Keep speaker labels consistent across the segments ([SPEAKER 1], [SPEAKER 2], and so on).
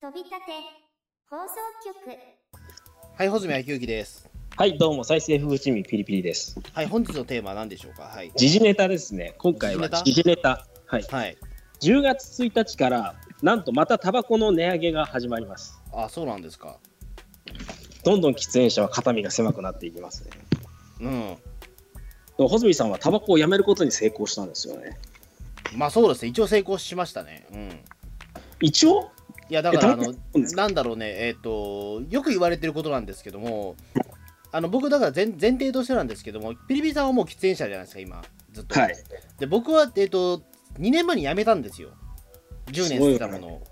[SPEAKER 1] 飛び立て放送局
[SPEAKER 2] はい、穂積昭之です。
[SPEAKER 3] はい、どうも、再生風趣味ピリピリです。
[SPEAKER 2] はい、本日のテーマは何でしょうか。はい。
[SPEAKER 3] 時事ネタですね。今回は時
[SPEAKER 2] 時
[SPEAKER 3] 事ネタ。はい。
[SPEAKER 2] はい。
[SPEAKER 3] 10月1日から、なんとまたタバコの値上げが始まります。
[SPEAKER 2] あ、そうなんですか。
[SPEAKER 3] どんどん喫煙者は肩身が狭くなっていきますね。
[SPEAKER 2] うん。
[SPEAKER 3] でも、穂積さんはタバコをやめることに成功したんですよね。
[SPEAKER 2] まあ、そうですね。一応成功しましたね。うん。
[SPEAKER 3] 一応
[SPEAKER 2] いや、だから、あ
[SPEAKER 3] えどうい
[SPEAKER 2] の
[SPEAKER 3] うことです、か
[SPEAKER 2] なんだろうね。えっ、と、よく言われてることなんですけども。あの、僕、だから前、前提としてなんですけども、ピリピリさんはもう喫煙者じゃないですか、今。ずっと。
[SPEAKER 3] はい。
[SPEAKER 2] で、僕は、えっ、と、2年前に辞めたんですよ。10年吸ってたものを。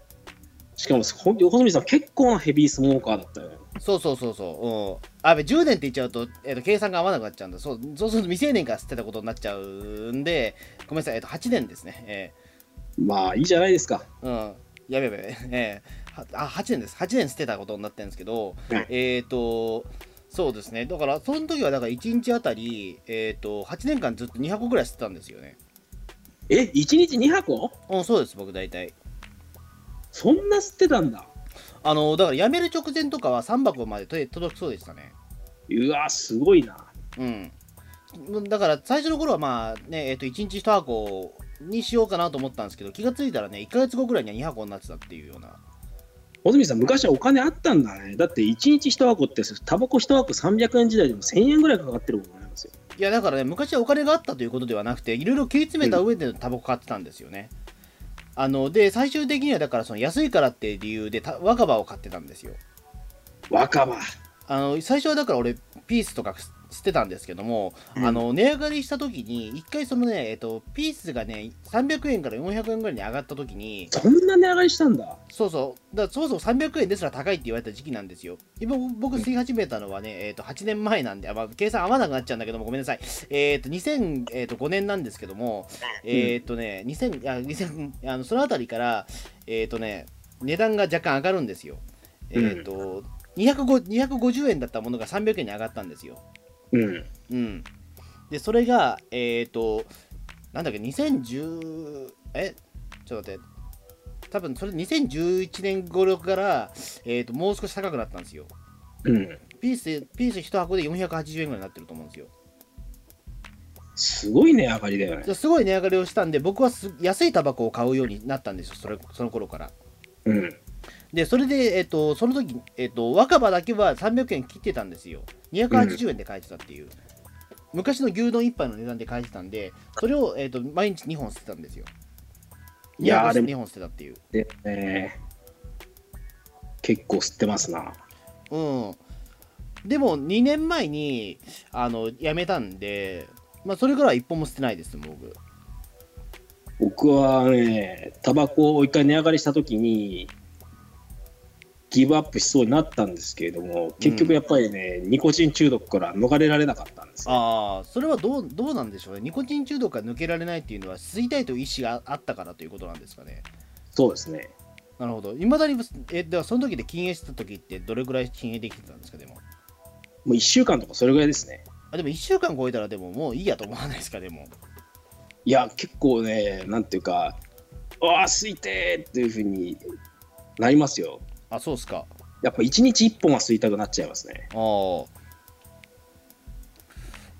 [SPEAKER 3] しかも、ほん穂積さん結構なヘビースモーカーだったよね。
[SPEAKER 2] そうそうそうそう。うん。あ、べ10年って言っちゃうと、えっ、と、計算が合わなくなっちゃうんだ。そう、そうすると未成年から吸ってたことになっちゃうんで、ごめんなさい、えっ、と、8年ですね。え
[SPEAKER 3] まあ、いいじゃないですか。
[SPEAKER 2] ーうん。やべやべやべ。えーはあ、8年です。8年吸ってたことになってるんですけど、
[SPEAKER 3] はい
[SPEAKER 2] えっ、と、そうですね。だから、その時は、だから1日あたり、えっ、と、8年間ずっと2箱ぐらい吸ってたんですよね。
[SPEAKER 3] え、1日2箱
[SPEAKER 2] うん、そうです、僕大体。
[SPEAKER 3] そんな吸ってたんだ。
[SPEAKER 2] あの、だから、辞める直前とかは3箱までと届きそうでしたね。
[SPEAKER 3] うわ、すごいな。
[SPEAKER 2] うん、だから最初の頃はまあね、えっと1日1箱にしようかなと思ったんですけど気がついたらね1ヶ月後ぐらいには2箱になってたっていうような
[SPEAKER 3] 小泉さん、昔はお金あったんだね。だって、1日1箱って、タバコ1箱300円時代でも1000円ぐらいかかってることになりますよ。
[SPEAKER 2] いやだからね昔はお金があったということではなくていろいろ切り詰めた上でタバコ買ってたんですよね、あので最終的にはだからその安いからっていう理由でた若葉を買ってたんですよ
[SPEAKER 3] 若葉。
[SPEAKER 2] あの最初はだから俺ピースとかす捨てたんですけども、
[SPEAKER 3] うん
[SPEAKER 2] あの値上がりした時に一回そのね、えっと、ピースがね300円から400円ぐらいに上がった時に
[SPEAKER 3] そんな値上がりしたんだ。
[SPEAKER 2] そうそう、だからそもそも300円ですら高いって言われた時期なんですよ。今、僕、吸い始めたのはね、えー、と8年前なんで、あまあ、計算合わなくなっちゃうんだけども、ごめんなさい、えー、と2005年なんですけども、えっ、とね、2000あ2000あのそのあたりから、えっ、とね、値段が若干上がるんですよ。えっ、と、250 250円だったものが300円に上がったんですよ。
[SPEAKER 3] うん。
[SPEAKER 2] うん、でそれがえっ、となんだっけ2010えちょっと待って多分それ2011年頃から、えー、ともう少し高くなったんですよ
[SPEAKER 3] うん。
[SPEAKER 2] ピースピース1箱で480円ぐらいになってると思うんですよ
[SPEAKER 3] すごい値上がりだよね。
[SPEAKER 2] ですごい値上がりをしたんで僕はす安いタバコを買うようになったんですよそれその頃から
[SPEAKER 3] うん。
[SPEAKER 2] でそれで、えー、とその時、えー、と若葉だけは300円切ってたんですよ280円で買えてたっていう、昔の牛丼1杯の値段で買えてたんでそれを、えー、と毎日2本捨てたんですよ
[SPEAKER 3] いやーでも
[SPEAKER 2] 2本捨てたっていう
[SPEAKER 3] で、ね、結構吸ってますな。
[SPEAKER 2] うんでも2年前にあの辞めたんでまあそれからは1本も捨てないですもう僕
[SPEAKER 3] 僕はね、タバコを一回値上がりした時に、ギブアップしそうになったんですけれども、結局やっぱりね、ニコチン中毒から逃れられなかったんですよ。
[SPEAKER 2] ああそれはどうどうなんでしょうねニコチン中毒が抜けられないっていうのは吸いたいという意思があったからということなんですかね
[SPEAKER 3] そうですね。
[SPEAKER 2] なるほどいまだにえではその時で禁煙してた時ってどれぐらい禁煙できてたんですかでも
[SPEAKER 3] もう1週間とかそれぐらいですね。
[SPEAKER 2] あでも1週間超えたらでももういいやと思わないですかでも
[SPEAKER 3] いや、結構ね、なんていうか、ああ、吸いてーっていうふうになりますよ。
[SPEAKER 2] あそうっすか
[SPEAKER 3] やっぱ1日1本は吸いたくなっちゃいますね。
[SPEAKER 2] ああ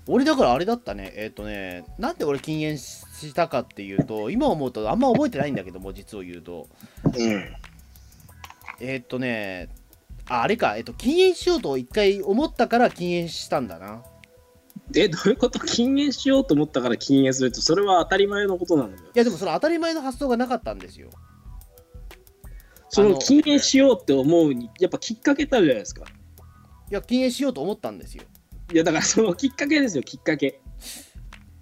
[SPEAKER 2] 俺だからあれだったねえっ、とねなんで俺禁煙したかっていうと今思うとあんま覚えてないんだけども実を言うと
[SPEAKER 3] うん。
[SPEAKER 2] えっ、とねああれか、えっと禁煙しようと一回思ったから禁煙したんだな
[SPEAKER 3] え、どういうこと禁煙しようと思ったから禁煙すると、それは当たり前のことなのよ。
[SPEAKER 2] いやでもその当たり前の発想がなかったんですよ
[SPEAKER 3] そ
[SPEAKER 2] あ
[SPEAKER 3] の
[SPEAKER 2] の
[SPEAKER 3] 禁煙しようって思うに、やっぱきっかけってあるじゃないですか。
[SPEAKER 2] いや禁煙しようと思ったんですよ
[SPEAKER 3] いや、だからそのきっかけですよ、きっかけ。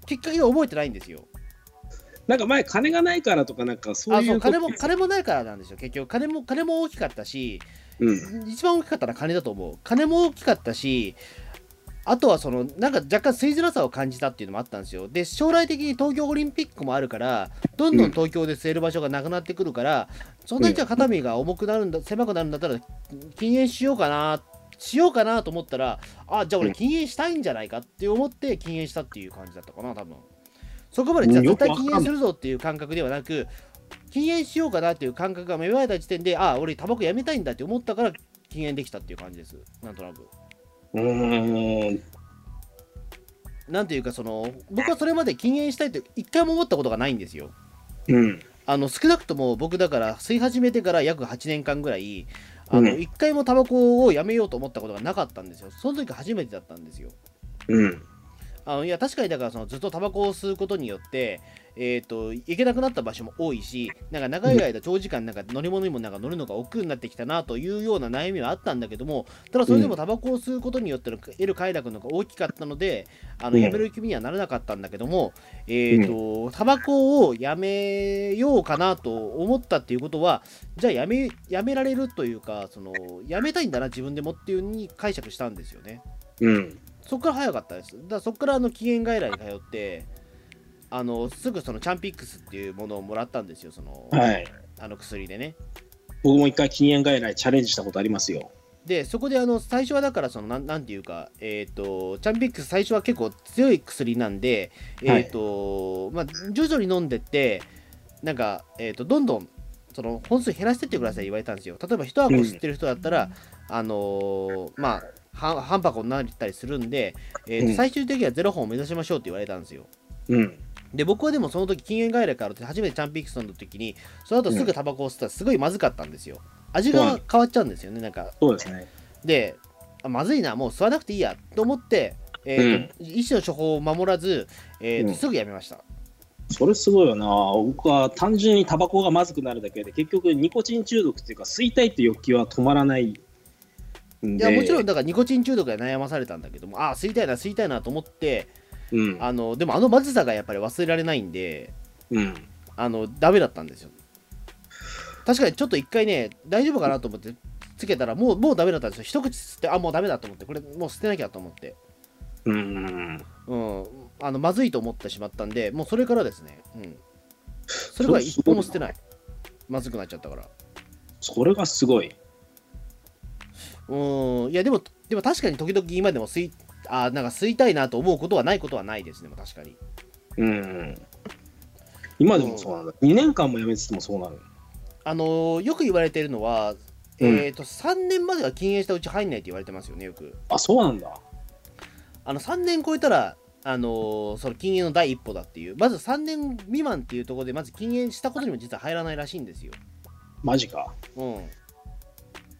[SPEAKER 2] きっかけが覚えてないんですよ
[SPEAKER 3] なんか前、金がないからとか、なんかそう
[SPEAKER 2] あ
[SPEAKER 3] いう
[SPEAKER 2] そう
[SPEAKER 3] こと
[SPEAKER 2] 金も金もないからなんですよ結局金も金も大きかったし
[SPEAKER 3] うん。
[SPEAKER 2] 一番大きかったのは金だと思う金も大きかったしあとはそのなんか若干吸いづらさを感じたっていうのもあったんですよで将来的に東京オリンピックもあるからどんどん東京で吸える場所がなくなってくるから、そんなにじゃあ肩身が重くなるんだ狭くなるんだったら禁煙しようかなしようかなと思ったらあじゃあ俺禁煙したいんじゃないかって思って禁煙したっていう感じだったかな多分そこまでじゃあ絶対禁煙するぞっていう感覚ではなく禁煙しようかなっていう感覚が芽生えた時点でああ俺タバコやめたいんだって思ったから禁煙できたっていう感じですなんとなく
[SPEAKER 3] うーん
[SPEAKER 2] なんていうかその僕はそれまで禁煙したいって一回も思ったことがないんですよ
[SPEAKER 3] うん
[SPEAKER 2] あの少なくとも僕だから吸い始めてから約8年間ぐらいあの
[SPEAKER 3] うん
[SPEAKER 2] 一回もタバコをやめようと思ったことがなかったんですよその時初めてだったんですよ
[SPEAKER 3] うん
[SPEAKER 2] あのいや確かにだからそのずっとタバコを吸うことによって、えー、と行けなくなった場所も多いしなんか長い間長時間なんか乗り物にもなんか乗るのが億劫になってきたなというような悩みはあったんだけどもただそれでもタバコを吸うことによっての得る快楽の方が大きかったのであの
[SPEAKER 3] うん
[SPEAKER 2] やめる気にはならなかったんだけども、えー、とタバコをやめようかなと思ったっていうことはじゃあやめやめられるというかそのやめたいんだな自分でもっていうふうに解釈したんですよね。
[SPEAKER 3] うん
[SPEAKER 2] そこから早かったです。だからそこからあの期限外来に通って、あのすぐそのチャンピックスっていうものをもらったんですよ、その、
[SPEAKER 3] はい
[SPEAKER 2] あの薬でね。
[SPEAKER 3] 僕も一回禁煙外来チャレンジしたことありますよ
[SPEAKER 2] で、そこであの最初はだからそのなん、なんていうか、えっ、と、チャンピックス最初は結構強い薬なんで、えっ、と、まあ、徐々に飲んでって、なんか、えっ、と、どんどん、その本数減らしてってください言われたんですよ。例えば、一箱吸ってる人だったら、あのーまあ、半半箱になったりするんで、えーと
[SPEAKER 3] うん
[SPEAKER 2] 最終的には0本を目指しましょうって言われたんですよ。
[SPEAKER 3] うん
[SPEAKER 2] で僕はでもその時禁煙外来から初めてチャンピックスの時にその後すぐタバコを吸ったらすごいまずかったんですよ味が変わっちゃうんですよねなんか
[SPEAKER 3] そうですね
[SPEAKER 2] であまずいなもう吸わなくていいやと思って、えーと医師の処方を守らず、えーと
[SPEAKER 3] うん
[SPEAKER 2] すぐやめました
[SPEAKER 3] それすごいよな僕は単純にタバコがまずくなるだけで結局ニコチン中毒っていうか吸いたいっていう欲求は止まらないん
[SPEAKER 2] い
[SPEAKER 3] で
[SPEAKER 2] やもちろんだからニコチン中毒で悩まされたんだけどもああ吸いたいな吸いたいなと思って
[SPEAKER 3] うん
[SPEAKER 2] あのでもあのまずさがやっぱり忘れられないんで
[SPEAKER 3] うん
[SPEAKER 2] あのダメだったんですよ確かにちょっと一回ね大丈夫かなと思ってつけたらもうもうダメだったんですよ一口吸ってあもうダメだと思ってこれもう捨てなきゃと思って
[SPEAKER 3] うん
[SPEAKER 2] うん、あのまずいと思ってしまったんで、もうそれからですね、うん、それから一歩も捨てない、まずくなっちゃったから。
[SPEAKER 3] それがすごい
[SPEAKER 2] うん、いや、でも、でも確かに時々今でも吸いあーなんか吸いたいなと思うことはないことはないですね、もう確かに。
[SPEAKER 3] うん今でもそうなんだ2年間もやめててもそうなる
[SPEAKER 2] あのーよく言われてるのは、
[SPEAKER 3] うん
[SPEAKER 2] えーと、3年までは禁煙したうち入んないって言われてますよね、よく。
[SPEAKER 3] あそうなんだ
[SPEAKER 2] あの3年超えたら、あのーその禁煙の第一歩だっていう、まず3年未満っていうところで、まず禁煙したことにも実は入らないらしいんですよ。
[SPEAKER 3] マジか
[SPEAKER 2] うん、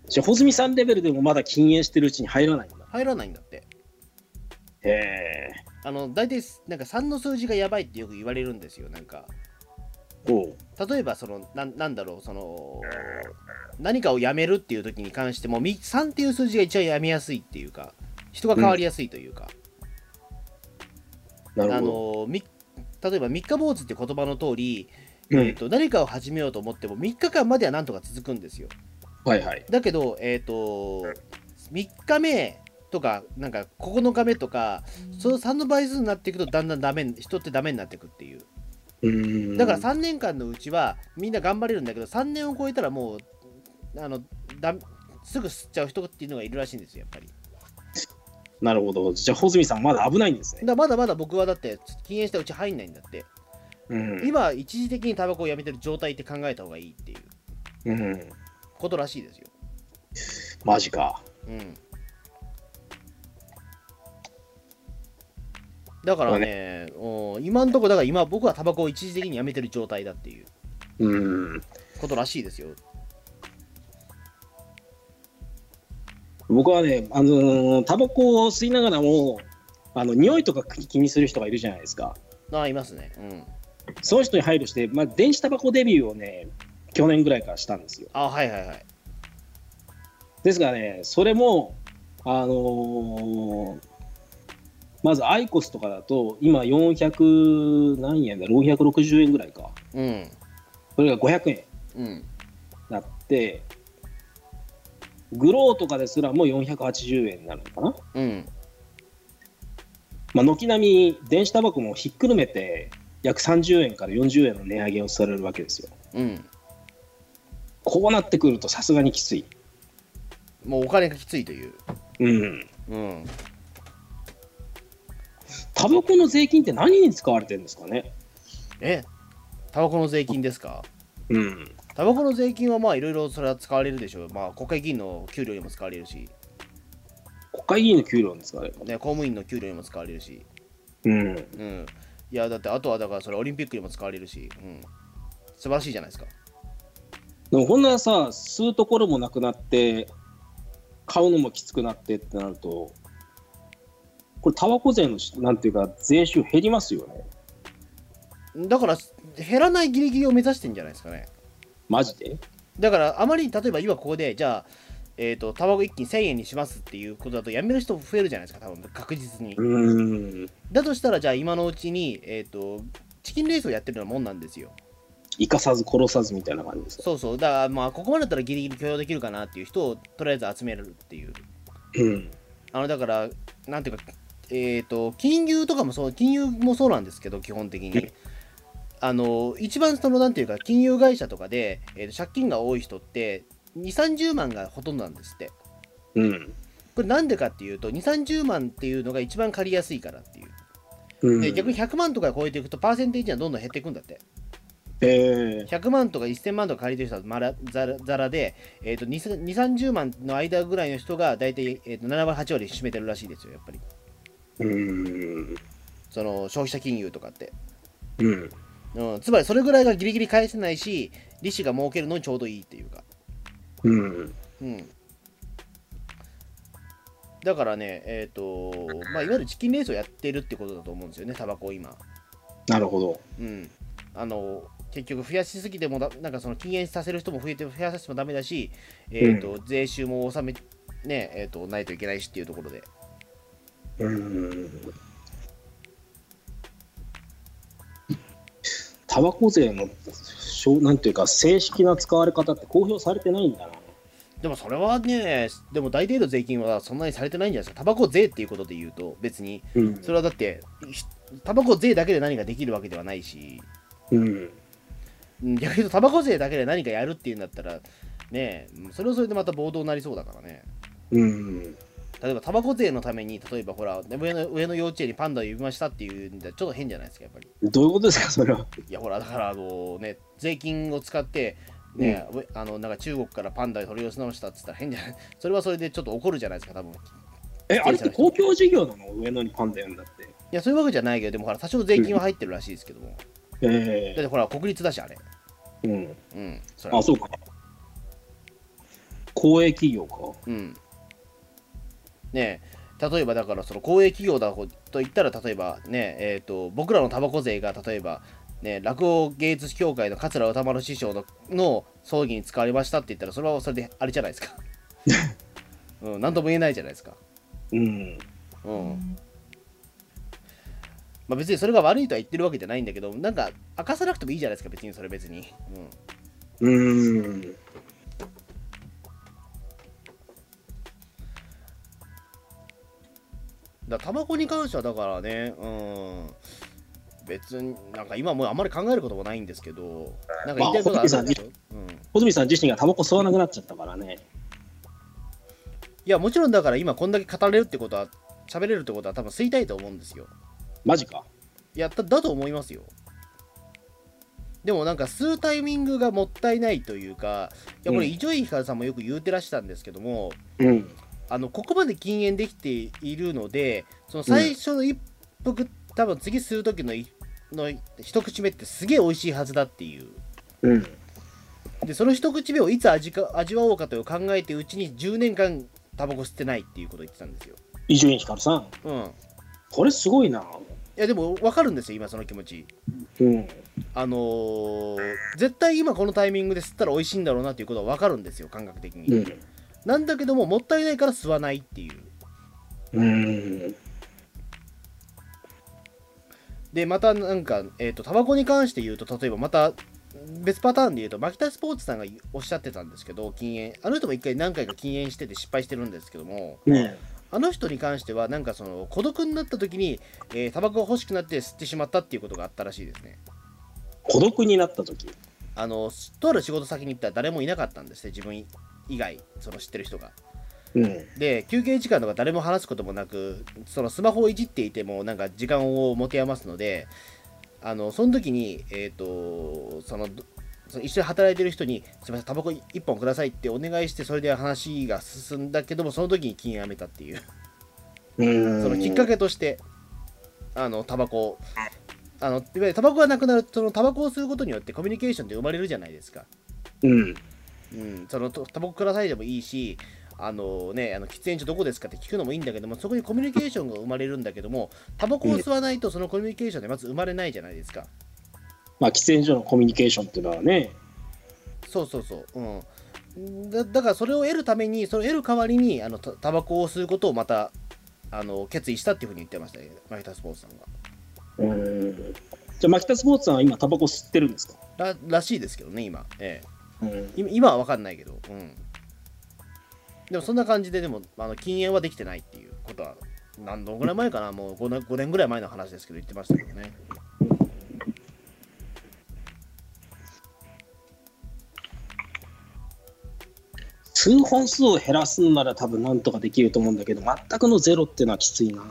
[SPEAKER 3] じゃあ穂積さんレベルでもまだ禁煙してるうちに入らないんだ
[SPEAKER 2] 入らないんだって。
[SPEAKER 3] へえ
[SPEAKER 2] あの大体なんか3の数字がやばいってよく言われるんですよなんか
[SPEAKER 3] おう
[SPEAKER 2] 例えばそのなんなんだろうその何かをやめるっていう時に関してもみ3っていう数字が一番やめやすいっていうか人が変わりやすいというか、
[SPEAKER 3] なる
[SPEAKER 2] あ
[SPEAKER 3] ほど
[SPEAKER 2] のみ例えば三日坊主って言葉の通り、
[SPEAKER 3] う
[SPEAKER 2] えっ
[SPEAKER 3] ん
[SPEAKER 2] と何かを始めようと思っても3日間まではなんとか続くんですよ
[SPEAKER 3] はいはい
[SPEAKER 2] だけどえっ、と3日目とかなんか9日目とかその3の倍数になっていくとだんだんダメに人ってダメになっていくっていう
[SPEAKER 3] うん
[SPEAKER 2] だから3年間のうちはみんな頑張れるんだけど3年を超えたらもうあのだすぐ吸っちゃう人っていうのがいるらしいんですよやっぱりだ
[SPEAKER 3] なるほどじゃあ穂積さんまだ危ないんですね
[SPEAKER 2] まだまだ僕はだって禁煙したうち入んないんだって
[SPEAKER 3] うん
[SPEAKER 2] 今一時的にタバコをやめてる状態って考えた方がいいっていう
[SPEAKER 3] うん
[SPEAKER 2] ことらしいですよ
[SPEAKER 3] マジか
[SPEAKER 2] うんだからね、お今んとこだから今僕はタバコを一時的にやめてる状態だっていう
[SPEAKER 3] うん
[SPEAKER 2] ことらしいですよ。
[SPEAKER 3] 僕はね、あのータバコを吸いながらも、あの匂いとか気にする人がいるじゃないですか。
[SPEAKER 2] ああ、いますね。うん。
[SPEAKER 3] その人に配慮して、まあ、電子タバコデビューをね、去年ぐらいからしたんですよ。
[SPEAKER 2] ああ、はいはいはい。
[SPEAKER 3] ですがね、それも、あのーまずアイコスとかだと、今400何円だろう、460円ぐらいか。
[SPEAKER 2] うん。
[SPEAKER 3] それが500円に
[SPEAKER 2] うん。
[SPEAKER 3] なって、グローとかですらもう480円になるのかな。
[SPEAKER 2] うん。
[SPEAKER 3] まあ、軒並み電子タバコもひっくるめて約30円から40円の値上げをされるわけですよ
[SPEAKER 2] うん。
[SPEAKER 3] こうなってくるとさすがにきつい
[SPEAKER 2] もうお金がきついという。
[SPEAKER 3] うん
[SPEAKER 2] うん。
[SPEAKER 3] タバコの税金って何に使われてるんですかね
[SPEAKER 2] えタバコの税金ですか
[SPEAKER 3] うん。
[SPEAKER 2] タバコの税金はまあいろいろそれは使われるでしょう。まあ国会議員の給料にも使われるし、
[SPEAKER 3] 国会議員の給料なんですか、あれ。
[SPEAKER 2] ね、公務員の給料にも使われるし、
[SPEAKER 3] うん。
[SPEAKER 2] うん。いや、だってあとはだからそれオリンピックにも使われるし、うん。素晴らしいじゃないですか。
[SPEAKER 3] でもこんなさ吸うところもなくなって買うのもきつくなってってなるとこれタバコ税のしなんていうか税収減りますよね
[SPEAKER 2] だから減らないギリギリを目指してんじゃないですかね。
[SPEAKER 3] マジで
[SPEAKER 2] だからあまり例えば今ここでじゃあ、えー、とタバコ一気に1000円にしますっていうことだとやめる人増えるじゃないですか多分確実に
[SPEAKER 3] うん
[SPEAKER 2] だとしたらじゃあ今のうちに、えー、とチキンレースをやってるようなもんなんですよ
[SPEAKER 3] 生かさず殺さずみたいな感じですか
[SPEAKER 2] そうそうだからまあここまでだったらギリギリ許容できるかなっていう人をとりあえず集めるっていう
[SPEAKER 3] うん
[SPEAKER 2] あのだからなんていうかえっ、と金融とかもそう金融もそうなんですけど基本的にあの一番そのなんていうか金融会社とかで、えーと借金が多い人って2 3 0万がほとんどなんですって
[SPEAKER 3] うん
[SPEAKER 2] これなんでかっていうと2 3 0万っていうのが一番借りやすいからっていう
[SPEAKER 3] うん
[SPEAKER 2] で逆に100万とか超えていくとパーセンテージはどんどん減っていくんだって
[SPEAKER 3] えー
[SPEAKER 2] 100万とか1000万とか借りてる人はまらざらざらで、えー、と2 3 0万の間ぐらいの人が大体、えー、と7割8割占めてるらしいですよやっぱり
[SPEAKER 3] うん
[SPEAKER 2] その消費者金融とかって、
[SPEAKER 3] うん
[SPEAKER 2] うん、つまりそれぐらいがギリギリ返せないし利子が儲けるのにちょうどいいっていうか
[SPEAKER 3] うん
[SPEAKER 2] うんだからねえっ、とまあいわゆるチキンレースをやってるってことだと思うんですよねタバコを今
[SPEAKER 3] なるほど
[SPEAKER 2] うん、あの結局増やしすぎてもだなんかその禁煙させる人も増えて増やさせてもダメだし、えーと税収も納め、ねえー、とないといけないしっていうところで
[SPEAKER 3] うんタバコ税のしょうなんていうか正式な使われ方って公表されてないんだな
[SPEAKER 2] でもそれはねでも大体の税金はそんなにされてないんじゃないですかタバコ税っていうことで言うと別に
[SPEAKER 3] うん
[SPEAKER 2] それはだってひタバコ税だけで何かできるわけではないし
[SPEAKER 3] うん
[SPEAKER 2] うん逆に言うとタバコ税だけで何かやるっていうんだったらねえそれはそれでまた暴動になりそうだからね
[SPEAKER 3] うん
[SPEAKER 2] 例えばタバコ税のために例えばほら上の上の幼稚園にパンダを呼びましたっていうんじゃちょっと変じゃないですかやっぱり
[SPEAKER 3] どういうことですか、それは。
[SPEAKER 2] いやほらだからあのね税金を使ってね、うあのなんか中国からパンダ取り寄せ直したって言ったら変じゃない それはそれでちょっと怒るじゃないですか多分い
[SPEAKER 3] え、あれって公共事業なの上野にパンダ呼んだって。
[SPEAKER 2] やそういうわけじゃないけどでもほら多少税金は入ってるらしいですけども、
[SPEAKER 3] え
[SPEAKER 2] だってほら国立だしあれ
[SPEAKER 3] えうん。
[SPEAKER 2] うんそれ
[SPEAKER 3] あ、そうか。公営企業か。
[SPEAKER 2] うんねえ例えばだからその公営企業だと言ったら例えばねえー、と僕らのタバコ税が例えばね、落語芸術協会の桂歌丸師匠のの葬儀に使われましたって言ったらそれはそれであれじゃないです か、うん、何とも言えないじゃないですか
[SPEAKER 3] うん。
[SPEAKER 2] うんまあ、別にそれが悪いとは言ってるわけじゃないんだけどなんか明かさなくてもいいじゃないですか別にそれ別に、うん、
[SPEAKER 3] うん。
[SPEAKER 2] だからタバコに関してはだからねうん別になんか今もうあんまり考えることもないんですけどなんか言いたいことあるんでしょ、うん、い
[SPEAKER 3] 穂積さん自身がタバコ吸わなくなっちゃったからね。
[SPEAKER 2] やもちろんだから今こんだけ語れるってことは喋れるってことは多分吸いたいと思うんですよ
[SPEAKER 3] マジか。
[SPEAKER 2] いやだだと思いますよでもなんか吸うタイミングがもったいないというかいやこれ
[SPEAKER 3] うん
[SPEAKER 2] 伊集院光さんもよく言うてらしたんですけども、
[SPEAKER 3] うん。
[SPEAKER 2] あのここまで禁煙できているのでその最初の一服、多分次吸う時のいの一口目ってすげえ美味しいはずだっていう
[SPEAKER 3] うん。
[SPEAKER 2] でその一口目をいつ味か味わおうかという考えてうちに10年間タバコ吸ってないっていうことを言ってたんですよ
[SPEAKER 3] 伊集院光さん。
[SPEAKER 2] うんい
[SPEAKER 3] これすごいな。
[SPEAKER 2] やでも分かるんですよ今その気持ち
[SPEAKER 3] うん。
[SPEAKER 2] あのー絶対今このタイミングで吸ったら美味しいんだろうなっていうことは分かるんですよ感覚的に、
[SPEAKER 3] うん。
[SPEAKER 2] なんだけどももったいないから吸わないっていう
[SPEAKER 3] うん。
[SPEAKER 2] でまたなんかえっ、とタバコに関して言うと例えばまた別パターンで言うと牧田スポーツさんがおっしゃってたんですけど禁煙あの人も一回何回か禁煙してて失敗してるんですけども
[SPEAKER 3] ね
[SPEAKER 2] あの人に関してはなんかその孤独になった時に、えータバコが欲しくなって吸ってしまったっていうことがあったらしいですね
[SPEAKER 3] 孤独になった時。
[SPEAKER 2] あのとある仕事先に行ったら誰もいなかったんですね自分以外その知ってる人が
[SPEAKER 3] うん。
[SPEAKER 2] で休憩時間とか誰も話すこともなくそのスマホをいじっていてもなんか時間を持て余すのであのその時にえっ、とそのどその一緒に働いてる人に「すみませんタバコ1本ください」ってお願いしてそれで話が進んだけどもその時に禁煙やめたっていう
[SPEAKER 3] うん
[SPEAKER 2] そのきっかけとしてあのタバコをあのいわゆるタバコがなくなるとそのタバコを吸うことによってコミュニケーションって生まれるじゃないですか。
[SPEAKER 3] うん
[SPEAKER 2] うん、そのとタバコくださいでもいいし、あのね、あの喫煙所どこですかって聞くのもいいんだけども、そこにコミュニケーションが生まれるんだけども、タバコを吸わないとそのコミュニケーションでまず生まれないじゃないですか。
[SPEAKER 3] まあ喫煙所のコミュニケーションっていうのはね
[SPEAKER 2] そうそうそう。うん、だだからそれを得るために、それを得る代わりに、あのたタバコを吸うことをまたあの決意したっていうふうに言ってましたね、マヒタスポーツさんが。
[SPEAKER 3] うんじゃあ牧田スポーツさんは今タバコ吸ってるんですから
[SPEAKER 2] らしいですけどね、今。ええ
[SPEAKER 3] うん
[SPEAKER 2] 今今は分かんないけど、うん、でもそんな感じででもあの禁煙はできてないっていうことは何度ぐらい前かなもう 5, 年5年ぐらい前の話ですけど言ってましたけどね
[SPEAKER 3] 数本数を減らすんなら多分なんとかできると思うんだけど全くのゼロっていうのはきついな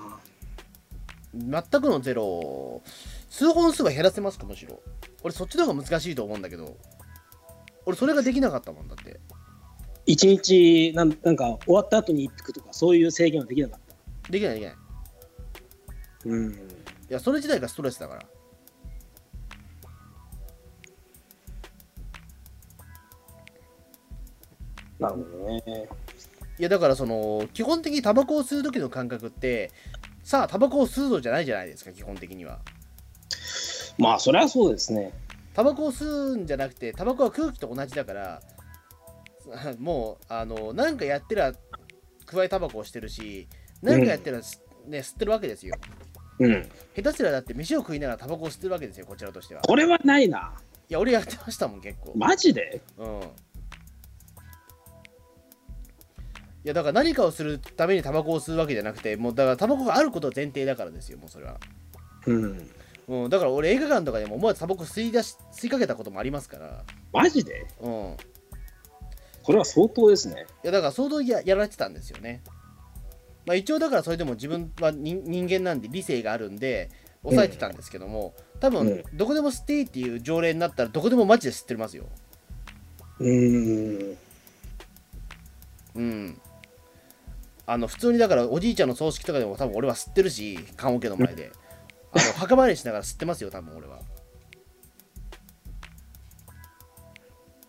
[SPEAKER 2] 全くのゼロ数本数は減らせますかむしろ俺そっちの方が難しいと思うんだけど俺それができなかったもんだって
[SPEAKER 3] 一日なんなんか終わった後に一服とかそういう制限はできなかった
[SPEAKER 2] できないできない
[SPEAKER 3] うん
[SPEAKER 2] いやそれ自体がストレスだから
[SPEAKER 3] なるほどね
[SPEAKER 2] いやだからその基本的にタバコを吸う時の感覚ってさあタバコを吸うぞじゃないじゃないですか基本的には
[SPEAKER 3] まあそれはそうですね
[SPEAKER 2] タバコを吸うんじゃなくてタバコは空気と同じだから もうあのなんかやってらくわえタバコをしてるしなんかやってら、ね、吸ってるわけですよ
[SPEAKER 3] うん
[SPEAKER 2] 下手すらだって飯を食いながらタバコを吸ってるわけですよこちらとしては
[SPEAKER 3] これはないない
[SPEAKER 2] や俺やってましたもん結構
[SPEAKER 3] マジで
[SPEAKER 2] うんいやだから何かをするためにタバコを吸うわけじゃなくてもうだからタバコがあることを前提だからですよもうそれは、
[SPEAKER 3] うん
[SPEAKER 2] うん、だから俺映画館とかでも思わずタバコ吸い出し吸いかけたこともありますから
[SPEAKER 3] マジで
[SPEAKER 2] うん
[SPEAKER 3] これは相当ですね
[SPEAKER 2] いやだから相当ややられてたんですよね。まあ、一応だからそれでも自分は人人間なんで理性があるんで抑えてたんですけども、多分どこでも吸っていいっていう条例になったらどこでもマジで吸ってますよ。
[SPEAKER 3] うん
[SPEAKER 2] うん。あの普通にだからおじいちゃんの葬式とかでも多分俺は吸ってるし棺桶の前で。あの墓参りしながら吸ってますよ多分俺は。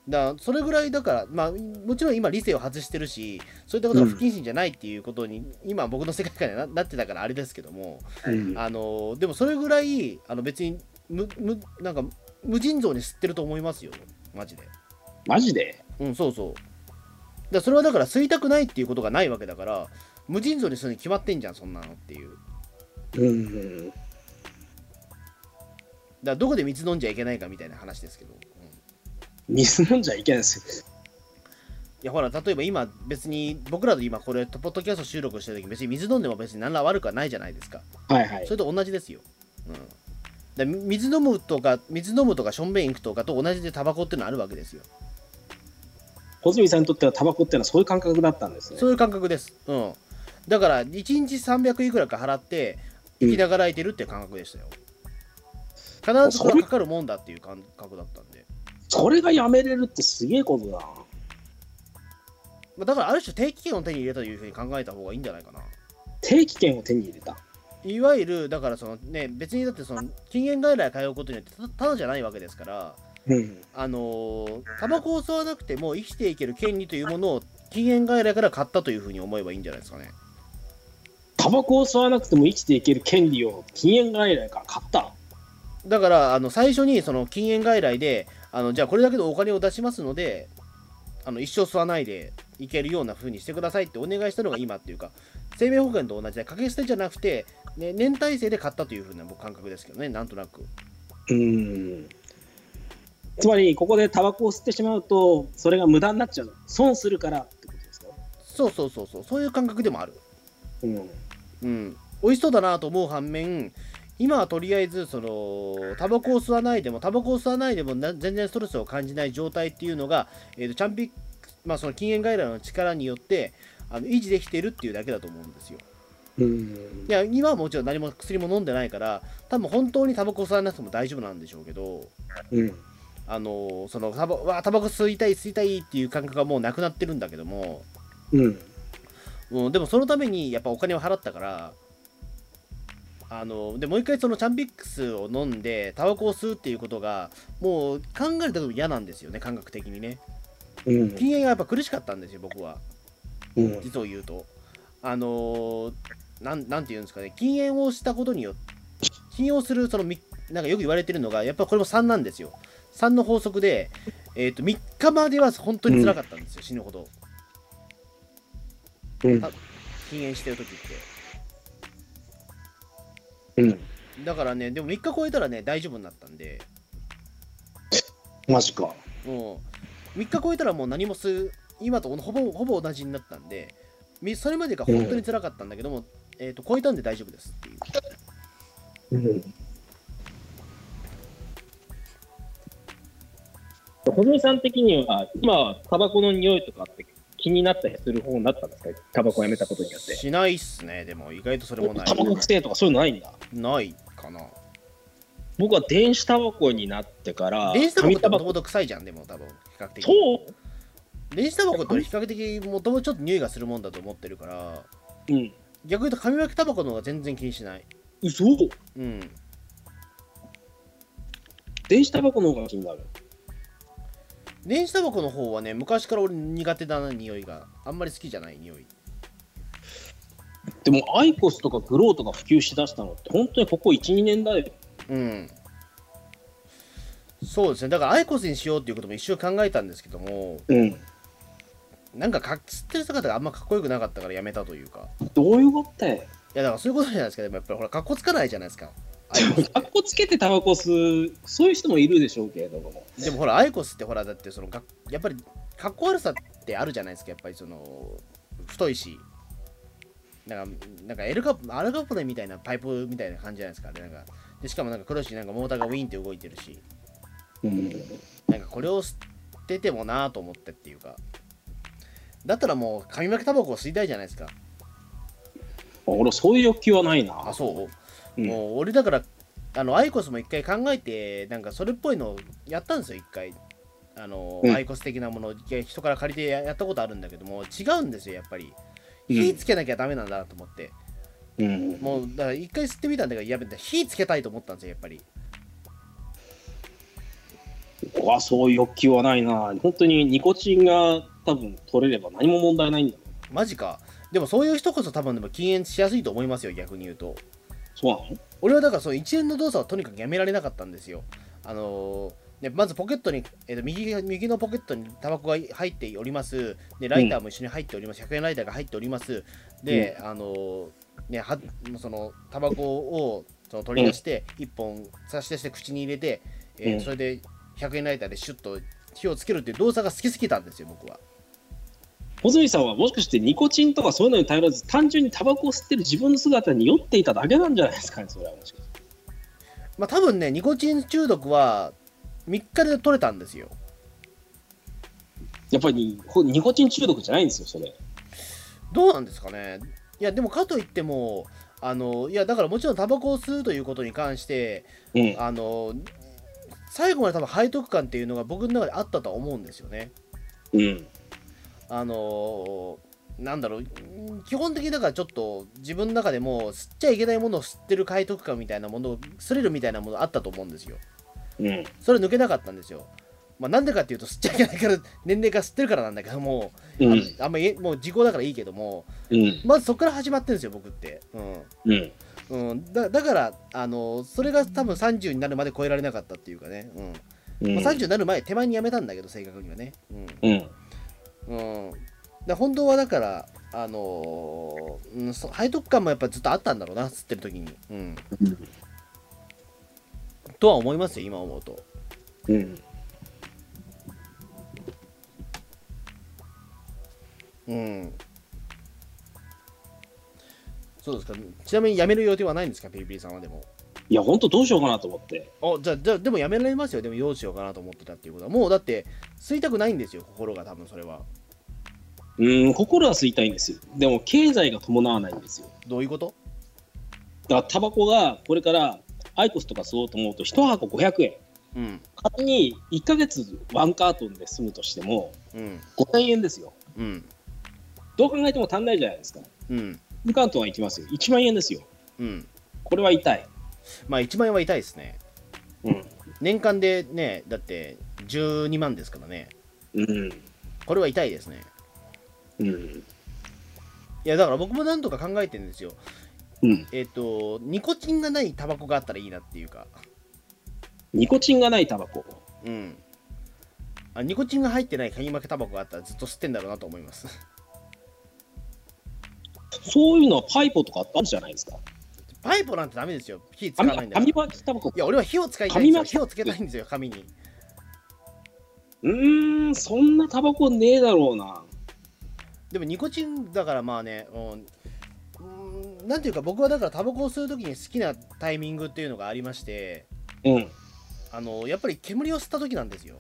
[SPEAKER 2] だからそれぐらいだから、まあ、もちろん今理性を外してるしそういったことが不謹慎じゃないっていうことに、今僕の世界観にななってたからあれですけども、
[SPEAKER 3] うん
[SPEAKER 2] あのでもそれぐらいあの別にむむなんか無尽蔵に吸ってると思いますよマジで。
[SPEAKER 3] マジで
[SPEAKER 2] うん、そうそう。だからそれはだから吸いたくないっていうことがないわけだから、無尽蔵にするに決まってんじゃん、そんなのっていう。だか
[SPEAKER 3] うん
[SPEAKER 2] らどこで水飲んじゃいけないかみたいな話ですけど。うん
[SPEAKER 3] 水飲んじゃいけないですよ
[SPEAKER 2] いやほら例えば今別に僕らと今これポッドキャスト収録してる時別に水飲んでも別に何ら悪くはないじゃないですか
[SPEAKER 3] はいはい
[SPEAKER 2] それと同じですよ、うん、で水飲むとか水飲むとかしょんべん行くとかと同じでタバコっていうのはあるわけですよ
[SPEAKER 3] 小泉さんにとってはタバコってのはそういう感覚だったんですね
[SPEAKER 2] そういう感覚ですうんだから1日300いくらか払って生きながらいてるっていう感覚でしたよ必ずこれはかかるもんだっていう感覚だったんで、
[SPEAKER 3] それがやめれるってすげえことだな
[SPEAKER 2] まあだからある種定期券を手に入れたというふうに考えた方がいいんじゃないかな
[SPEAKER 3] 定期券を手に入れた
[SPEAKER 2] いわゆるだからそのね別にだってその禁煙外来通うことによってたただじゃないわけですから
[SPEAKER 3] うん
[SPEAKER 2] あのータバコを吸わなくても生きていける権利というものを禁煙外来から買ったというふうに思えばいいんじゃないですかね
[SPEAKER 3] タバコを吸わなくても生きていける権利を禁煙外来から買った
[SPEAKER 2] だからあの最初にその禁煙外来であのじゃあこれだけのお金を出しますのであの一生吸わないでいけるような風にしてくださいってお願いしたのが今っていうか生命保険と同じで掛け捨てじゃなくて、ね、年体制で買ったというふうな僕感覚ですけどねなんとなく
[SPEAKER 3] うんつまりここでタバコを吸ってしまうとそれが無駄になっちゃう損するからってことですか
[SPEAKER 2] そうそうそうそうそういう感覚でもある
[SPEAKER 3] うん
[SPEAKER 2] うん美味しそうだなと思う反面今はとりあえずそのタバコを吸わないでもタバコを吸わないでもな全然ストレスを感じない状態っていうのが、えー、とチャンピまあその禁煙外来の力によってあの維持できているっていうだけだと思うんですよ
[SPEAKER 3] うん
[SPEAKER 2] いや今はもちろん何も薬も飲んでないから多分本当にタバコを吸わなくても大丈夫なんでしょうけど
[SPEAKER 3] うん
[SPEAKER 2] あのーそのタバわあタバコ吸いたい吸いたいっていう感覚がもうなくなってるんだけども、
[SPEAKER 3] うん。
[SPEAKER 2] うん、でもそのためにやっぱお金を払ったからあのでもう一回そのチャンピックスを飲んでタバコを吸うっていうことがもう考えると嫌なんですよね感覚的にね
[SPEAKER 3] うん。
[SPEAKER 2] 禁煙がやっぱ苦しかったんですよ僕は
[SPEAKER 3] うん。
[SPEAKER 2] 実を言うとあのーなんなんて言うんですかね禁煙をしたことによって禁煙をするそのみなんかよく言われてるのがやっぱこれも3なんですよ3の法則で、えー、と3日までは本当に辛かったんですよ、死ぬほど
[SPEAKER 3] うん。
[SPEAKER 2] 禁煙してる時って
[SPEAKER 3] うん。
[SPEAKER 2] だからね、でも3日超えたらね、大丈夫になったんで、
[SPEAKER 3] マジか。
[SPEAKER 2] もう3日超えたらもう何もする、今とほぼほぼ同じになったんで、みそれまでが本当に辛かったんだけども、えー、と超えたんで大丈夫ですっていう。
[SPEAKER 3] うん。
[SPEAKER 4] ほのみさん的には、今はタバコの匂いとかって気になったりする方になったんですかタバコやめたことによって。
[SPEAKER 2] しないっすね、でも意外とそれもない
[SPEAKER 4] タ。バコ
[SPEAKER 3] くせえとかそういうのないんだ。
[SPEAKER 2] ないかな。
[SPEAKER 4] 僕は電子タバコになってから、
[SPEAKER 2] 電子タバコっても
[SPEAKER 4] 紙
[SPEAKER 2] ともと臭いじゃん、でも多分、比較的。
[SPEAKER 4] そう
[SPEAKER 2] 電子タバコって比較的、もともとちょっと匂いがするもんだと思ってるから、
[SPEAKER 4] うん。
[SPEAKER 2] 逆に言うと紙巻きタバコの方が全然気にしない。
[SPEAKER 4] 嘘
[SPEAKER 2] うん。
[SPEAKER 3] 電子タバコの方が気になる。
[SPEAKER 2] 電子タバコの方はね、昔から俺苦手だな、匂いが。あんまり好きじゃない匂い。
[SPEAKER 3] でも、アイコスとかグローとか普及しだしたのって、本当にここ1、2年だよ。
[SPEAKER 2] うん。そうですね。だからアイコスにしようっていうことも一瞬考えたんですけども、
[SPEAKER 3] うん。
[SPEAKER 2] なんかか釣ってる姿があんまかっこよくなかったからやめたというか。い
[SPEAKER 3] どういうことだよ。
[SPEAKER 2] やだからそういうことじゃないですか。でもやっぱりほら、かっこつかないじゃないですか。アイコス
[SPEAKER 3] かっこつけてタバコ吸う、そういう人もいるでしょうけれども。
[SPEAKER 2] でもほら、アイコスってほら、だってそのか、やっぱりかっこ悪さってあるじゃないですか。やっぱりその、太いし。なんか、なんかエルカアルカポネみたいなパイプみたいな感じじゃないですか。でなんかでしかもなんか黒いし、なんかモーターがウィーンって動いてるし、
[SPEAKER 3] うん。
[SPEAKER 2] なんかこれを捨ててもなぁと思ってっていうか。だったらもう紙巻きタバコを吸いたいじゃないですか。
[SPEAKER 3] 俺、そういう欲求はない
[SPEAKER 2] あ、
[SPEAKER 3] な。
[SPEAKER 2] そう。
[SPEAKER 3] うん
[SPEAKER 2] もう俺だから、あの、アイコスも一回考えて、なんかそれっぽいのをやったんですよ、一回。あの、
[SPEAKER 3] うん
[SPEAKER 2] アイコス的なものを一回人から借りてややったことあるんだけども、違うんですよ、やっぱり。
[SPEAKER 3] うん
[SPEAKER 2] 火つけなきゃダメなんだなと思って。
[SPEAKER 3] うん。
[SPEAKER 2] もう、だから一回吸ってみたんだけど、やべ、火つけたいと思ったんですよ、やっぱり。
[SPEAKER 3] 僕はそういう欲求はないな。本当にニコチンが多分取れれば何も問題ないんだもん。
[SPEAKER 2] マジか。でもそういう人こそ多分でも禁煙しやすいと思いますよ、逆に言うと。
[SPEAKER 3] そうなの
[SPEAKER 2] 俺はだからその一連の動作をとにかくやめられなかったんですよ。あのーね、まずポケットに、えーと右が右のポケットにタバコが入っております。で、ライターも一緒に入っております。100円ライターが入っております。で、あのーね、はそのタバコをその取り出して、1本差し出して口に入れて、えー
[SPEAKER 3] うん
[SPEAKER 2] それで100円ライターでシュッと火をつけるっていう動作が好きすぎたんですよ、僕は。
[SPEAKER 3] 穂積さんはもしかしてニコチンとかそういうのに頼らず単純にタバコを吸ってる自分の姿に酔っていただけなんじゃないですかねそれはもしかして
[SPEAKER 2] まあ多分ね、ニコチン中毒は3日で取れたんですよ。
[SPEAKER 3] やっぱりほニコチン中毒じゃないんですよそれ
[SPEAKER 2] どうなんですかねいやでもかといってもあのいやだからもちろんタバコを吸うということに関して
[SPEAKER 3] うん
[SPEAKER 2] あの最後まで多分背徳感っていうのが僕の中であったとは思うんですよね
[SPEAKER 3] うん
[SPEAKER 2] あのなんだろううん基本的にだからちょっと自分の中でも吸っちゃいけないものを吸ってる背徳感みたいなものをスリルみたいなものあったと思うんですよ
[SPEAKER 3] うん
[SPEAKER 2] それ抜けなかったんですよまあなんでかっていうと吸っちゃいけないから年齢が吸ってるからなんだけども
[SPEAKER 3] う
[SPEAKER 2] あ
[SPEAKER 3] ん
[SPEAKER 2] あんまりもう時効だからいいけども
[SPEAKER 3] うん
[SPEAKER 2] まずそこから始まってるんですよ僕ってうん
[SPEAKER 3] うん
[SPEAKER 2] うん、だだから、あのそれが多分30になるまで超えられなかったっていうかね、う
[SPEAKER 3] うんん
[SPEAKER 2] まあ、30になる前、手前にやめたんだけど、正確にはね。
[SPEAKER 3] うん
[SPEAKER 2] うんうん、だ本当はだから、あのーうんそ背徳感もやっぱずっとあったんだろうな、吸ってる時に。うん
[SPEAKER 3] うん
[SPEAKER 2] とは思いますよ、今思うと。
[SPEAKER 3] うん
[SPEAKER 2] うん、そうですかちなみにやめる予定はないんですか、ピリピリさんはでも。
[SPEAKER 3] いや本当どうしようかなと思って
[SPEAKER 2] あじゃあ、じゃあでもやめられますよ、でもどうしようかなと思ってたっていうことは、もうだって、吸いたくないんですよ、心が多分それは。
[SPEAKER 3] うん心は吸いたいんですよでも経済が伴わないんですよ
[SPEAKER 2] どういうこと
[SPEAKER 3] だからタバコがこれからアイコスとか吸おうと思うと1箱500円
[SPEAKER 2] うん、
[SPEAKER 3] 仮に1ヶ月ワンカートンで済むとしても、
[SPEAKER 2] うん
[SPEAKER 3] 5000円ですよ。
[SPEAKER 2] うん
[SPEAKER 3] どう考えても足んないじゃないですか。
[SPEAKER 2] うん
[SPEAKER 3] フルカートンはいきますよ。1万円ですよ。
[SPEAKER 2] うん
[SPEAKER 3] これは痛い。
[SPEAKER 2] まあ1万円は痛いですね
[SPEAKER 3] うん。
[SPEAKER 2] 年間でねだって12万ですからね
[SPEAKER 3] うん。
[SPEAKER 2] これは痛いですね
[SPEAKER 3] うん。
[SPEAKER 2] いやだから僕も何とか考えてるんですよ
[SPEAKER 3] うん。
[SPEAKER 2] えっ、とニコチンがないタバコがあったらいいなっていうか
[SPEAKER 3] ニコチンがないタバコ。
[SPEAKER 2] うんあニコチンが入ってない鍵負けタバコがあったらずっと吸ってんだろうなと思います
[SPEAKER 3] そういうのはパイポとかあるじゃないですか。
[SPEAKER 2] パイプなんてダメですよ火使わ
[SPEAKER 3] 紙
[SPEAKER 2] ないんだから
[SPEAKER 3] 紙巻きタバコ
[SPEAKER 2] い。や俺は火を使いたいんですよ
[SPEAKER 3] 紙巻き
[SPEAKER 2] 火をつけたいんですよ紙に
[SPEAKER 3] うーん、そんなタバコねえだろうな。
[SPEAKER 2] でもニコチンだからまあね、うん、うんなんていうか僕はだからタバコを吸う時に好きなタイミングっていうのがありまして
[SPEAKER 3] うん。
[SPEAKER 2] あのやっぱり煙を吸った時なんですよ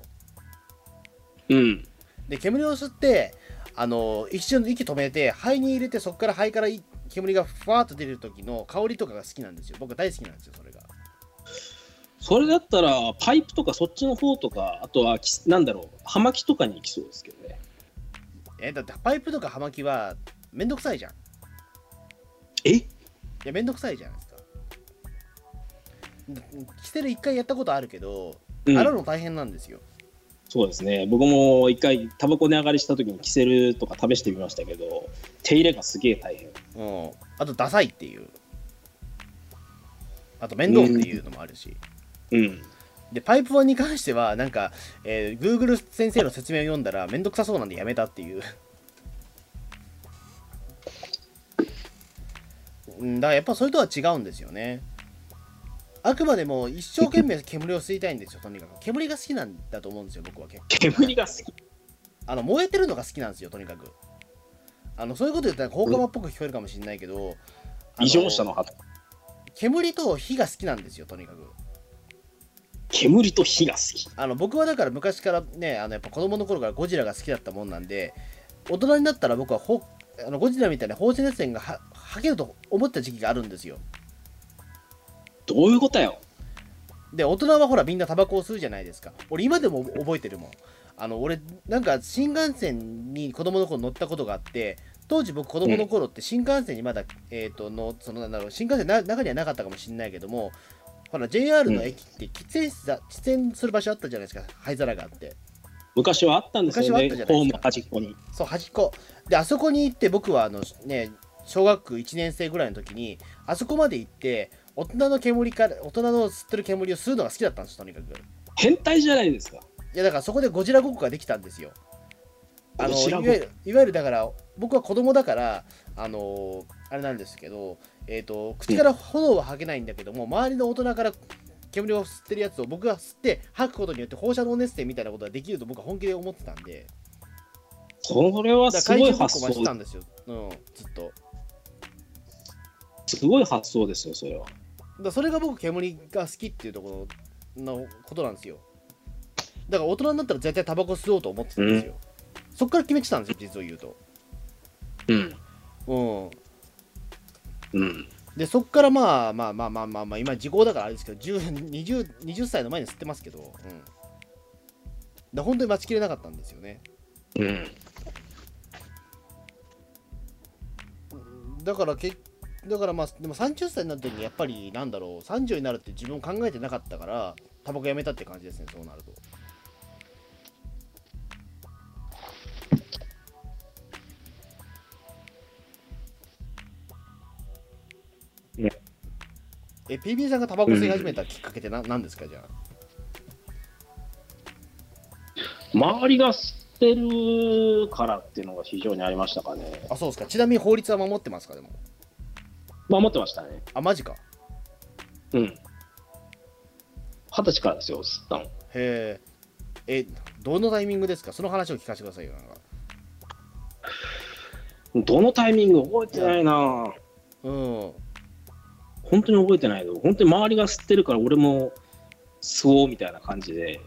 [SPEAKER 3] うん。
[SPEAKER 2] で煙を吸ってあの一瞬息止めて肺に入れてそこから肺からい煙がふわーっと出る時の香りとかが好きなんですよ僕大好きなんですよそれが
[SPEAKER 3] それだったら、パイプとかそっちの方とか、あとはき、なんだろう、葉巻とかに行きそうですけどね。
[SPEAKER 2] えだってパイプとか葉巻はめんどくさいじゃんい
[SPEAKER 3] え
[SPEAKER 2] やめんどくさいじゃないですかキセル一回やったことあるけど、
[SPEAKER 3] うん
[SPEAKER 2] 洗うの大変なんですよ
[SPEAKER 3] そうですね僕も一回タバコ値上がりした時にキセルとか試してみましたけど手入れがすげえ大変
[SPEAKER 2] うん、あとダサいっていうあと面倒っていうのもあるし、
[SPEAKER 3] うん
[SPEAKER 2] でパイプワンに関してはなんか、えー、Google 先生の説明を読んだら面倒くさそうなんでやめたっていううんだからやっぱそれとは違うんですよねあくまでも一生懸命煙を吸いたいんですよとにかく煙が好きなんだと思うんですよ僕は結構
[SPEAKER 3] 煙が好き
[SPEAKER 2] あの燃えてるのが好きなんですよとにかくあのそういうこと言ったら放火魔っぽく聞こえるかもしれないけど、あの
[SPEAKER 3] 異常者の発
[SPEAKER 2] 煙と火が好きなんですよとにかく
[SPEAKER 3] 煙と火が好き
[SPEAKER 2] あの僕はだから昔からねあのやっぱ子供の頃からゴジラが好きだったもんなんで大人になったら僕はほあのゴジラみたいな放射熱線がははけると思った時期があるんですよ
[SPEAKER 3] どういうことよ
[SPEAKER 2] で大人はほらみんなタバコを吸うじゃないですか俺今でも覚えてるもんあの俺なんか新幹線に子供の頃乗ったことがあって当時僕子供の頃って新幹線にまだ、えっ、とのそのなんだろう新幹線な中にはなかったかもしれないけどもほら JR の駅って喫煙室だ喫煙する場所あったじゃないですか灰皿があって
[SPEAKER 3] 昔はあったんですよ
[SPEAKER 2] 昔はあっ
[SPEAKER 3] ね
[SPEAKER 2] たじゃないですか
[SPEAKER 3] ホームの端っこに
[SPEAKER 2] そう端っこであそこに行って僕はあのね小学1年生ぐらいの時にあそこまで行って大人の煙から大人の吸ってる煙を吸うのが好きだったんですとにかく
[SPEAKER 3] 変態じゃないですか
[SPEAKER 2] いやだからそこでゴジラごっこができたんですよ。あの
[SPEAKER 3] ゴジ
[SPEAKER 2] い
[SPEAKER 3] ラ
[SPEAKER 2] わ
[SPEAKER 3] ごっこ
[SPEAKER 2] ゆるいわゆるだから僕は子供だからあのあれなんですけど、えー、と口から炎は吐けないんだけども、周りの大人から煙を吸ってるやつを僕が吸って吐くことによって放射能熱線みたいなことができると僕は本気で思ってたんで
[SPEAKER 3] それは
[SPEAKER 2] だ
[SPEAKER 3] す
[SPEAKER 2] から
[SPEAKER 3] ごい
[SPEAKER 2] 怪獣ごっ
[SPEAKER 3] 発
[SPEAKER 2] こはしてた
[SPEAKER 3] 想
[SPEAKER 2] んですよ、うん、ずっとだか
[SPEAKER 3] すごい発想ですよそれは
[SPEAKER 2] らそれが僕煙が好きっていうところのことなんですよだから大人になったら絶対タバコ吸おうと思ってたんですよ、そっから決めてたんですよ実を言うと
[SPEAKER 3] うん
[SPEAKER 2] うん
[SPEAKER 3] うん
[SPEAKER 2] でそっからまあまあまあまあまあ、まあ、今時効だからあれですけど10 20, 20歳の前に吸ってますけど、うん、で本当に待ちきれなかったんですよね
[SPEAKER 3] うん
[SPEAKER 2] だからけだからまあでも30歳になった時にやっぱりなんだろう30になるって自分考えてなかったからタバコやめたって感じですねそうなると
[SPEAKER 3] ね
[SPEAKER 2] え PB さんがタバコ吸い始めたきっかけってな何ですかじゃあ
[SPEAKER 3] 周りが吸ってるからっていうのが非常にありましたかね
[SPEAKER 2] あそうですかちなみに法律は守ってますかでも
[SPEAKER 3] 守ってましたね
[SPEAKER 2] あマジかへ
[SPEAKER 3] うん二十歳からですよ吸ったの
[SPEAKER 2] ええどのタイミングですかその話を聞かせてくださいよなんか
[SPEAKER 3] どのタイミング覚えてないな
[SPEAKER 2] うん
[SPEAKER 3] 本当に覚えてないけど本当に周りが吸ってるから俺も吸おうみたいな感じで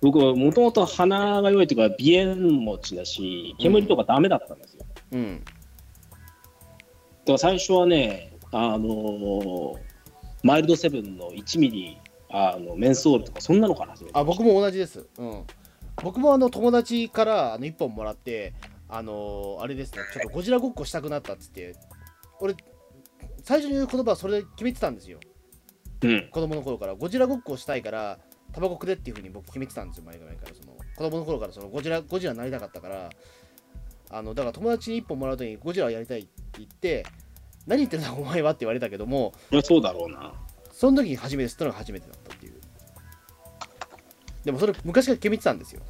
[SPEAKER 3] 僕はもともと鼻が弱いというか鼻炎持ちだし煙とかダメだったんですよ、
[SPEAKER 2] うん
[SPEAKER 3] だから最初はねあのーマイルドセブンの1ミリあのメンソールとかそんなのから始めて
[SPEAKER 2] あ僕も同じです、うん、僕もあの友達からあの1本もらってあのーあれですねちょっとゴジラごっこしたくなったっつって俺最初に言う言葉はそれで決めてたんですよ
[SPEAKER 3] うん
[SPEAKER 2] 子供の頃からゴジラごっこしたいからタバコくれっていうふうに僕決めてたんですよ前々からその子供の頃からそのゴジラゴジラになりたかったからあのだから友達に1本もらう時にゴジラやりたいって言って何言ってんだお前はって言われたけども
[SPEAKER 3] そりゃそうだろうな
[SPEAKER 2] その時に初めて知ったのが初めてだったっていうでもそれ昔から決めてたんですよ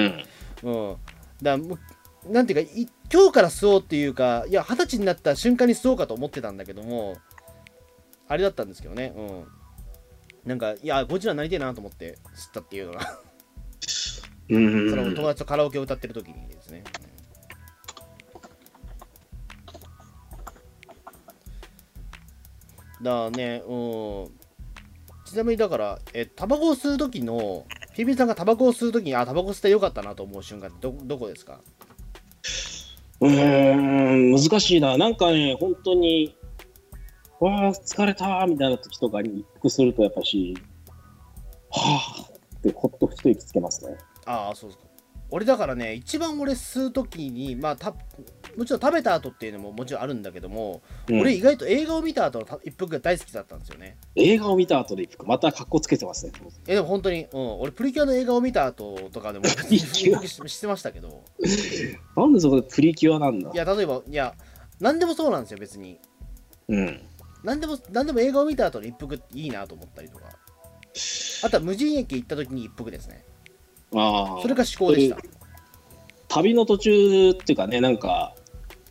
[SPEAKER 2] う
[SPEAKER 3] ん
[SPEAKER 2] ん、だからもうなんていうかい今日から吸おうっていうかいや二十歳になった瞬間に吸おうかと思ってたんだけどもあれだったんですけどねうんなんかいやゴジラになりてえなと思って吸ったっていうのが、
[SPEAKER 3] うん
[SPEAKER 2] その友達とカラオケを歌ってる時にですね、うんだからねうんちなみにだからえタバコを吸う時のピピさんがタバコを吸う時にあタバコ吸ってよかったなと思う瞬間ってどどこですか
[SPEAKER 3] うーん難しいななんかね本当にわあ疲れたーみたいな時とかに一服するとやっぱしはあってほっと一息つけますね
[SPEAKER 2] ああそうですか俺だからね一番俺吸う時にまあたもちろん食べた後っていうのももちろんあるんだけども、
[SPEAKER 3] うん
[SPEAKER 2] 俺意外と映画を見た後のた一服が大好きだったんですよね
[SPEAKER 3] 映画を見た後で一服また格好つけてますね
[SPEAKER 2] えでも本当に、うん、俺プリキュアの映画を見た後と かでも一
[SPEAKER 3] リキュア
[SPEAKER 2] 服 ししてましたけど
[SPEAKER 3] なんでそこでプリキュアなんだ
[SPEAKER 2] いや例えばいや何でもそうなんですよ別に
[SPEAKER 3] うん
[SPEAKER 2] 何でも何でも映画を見た後の一服いいなと思ったりとかあとは無人駅行った時に一服ですね
[SPEAKER 3] ああ
[SPEAKER 2] それが思考でした
[SPEAKER 3] 旅の途中っていうかねなんか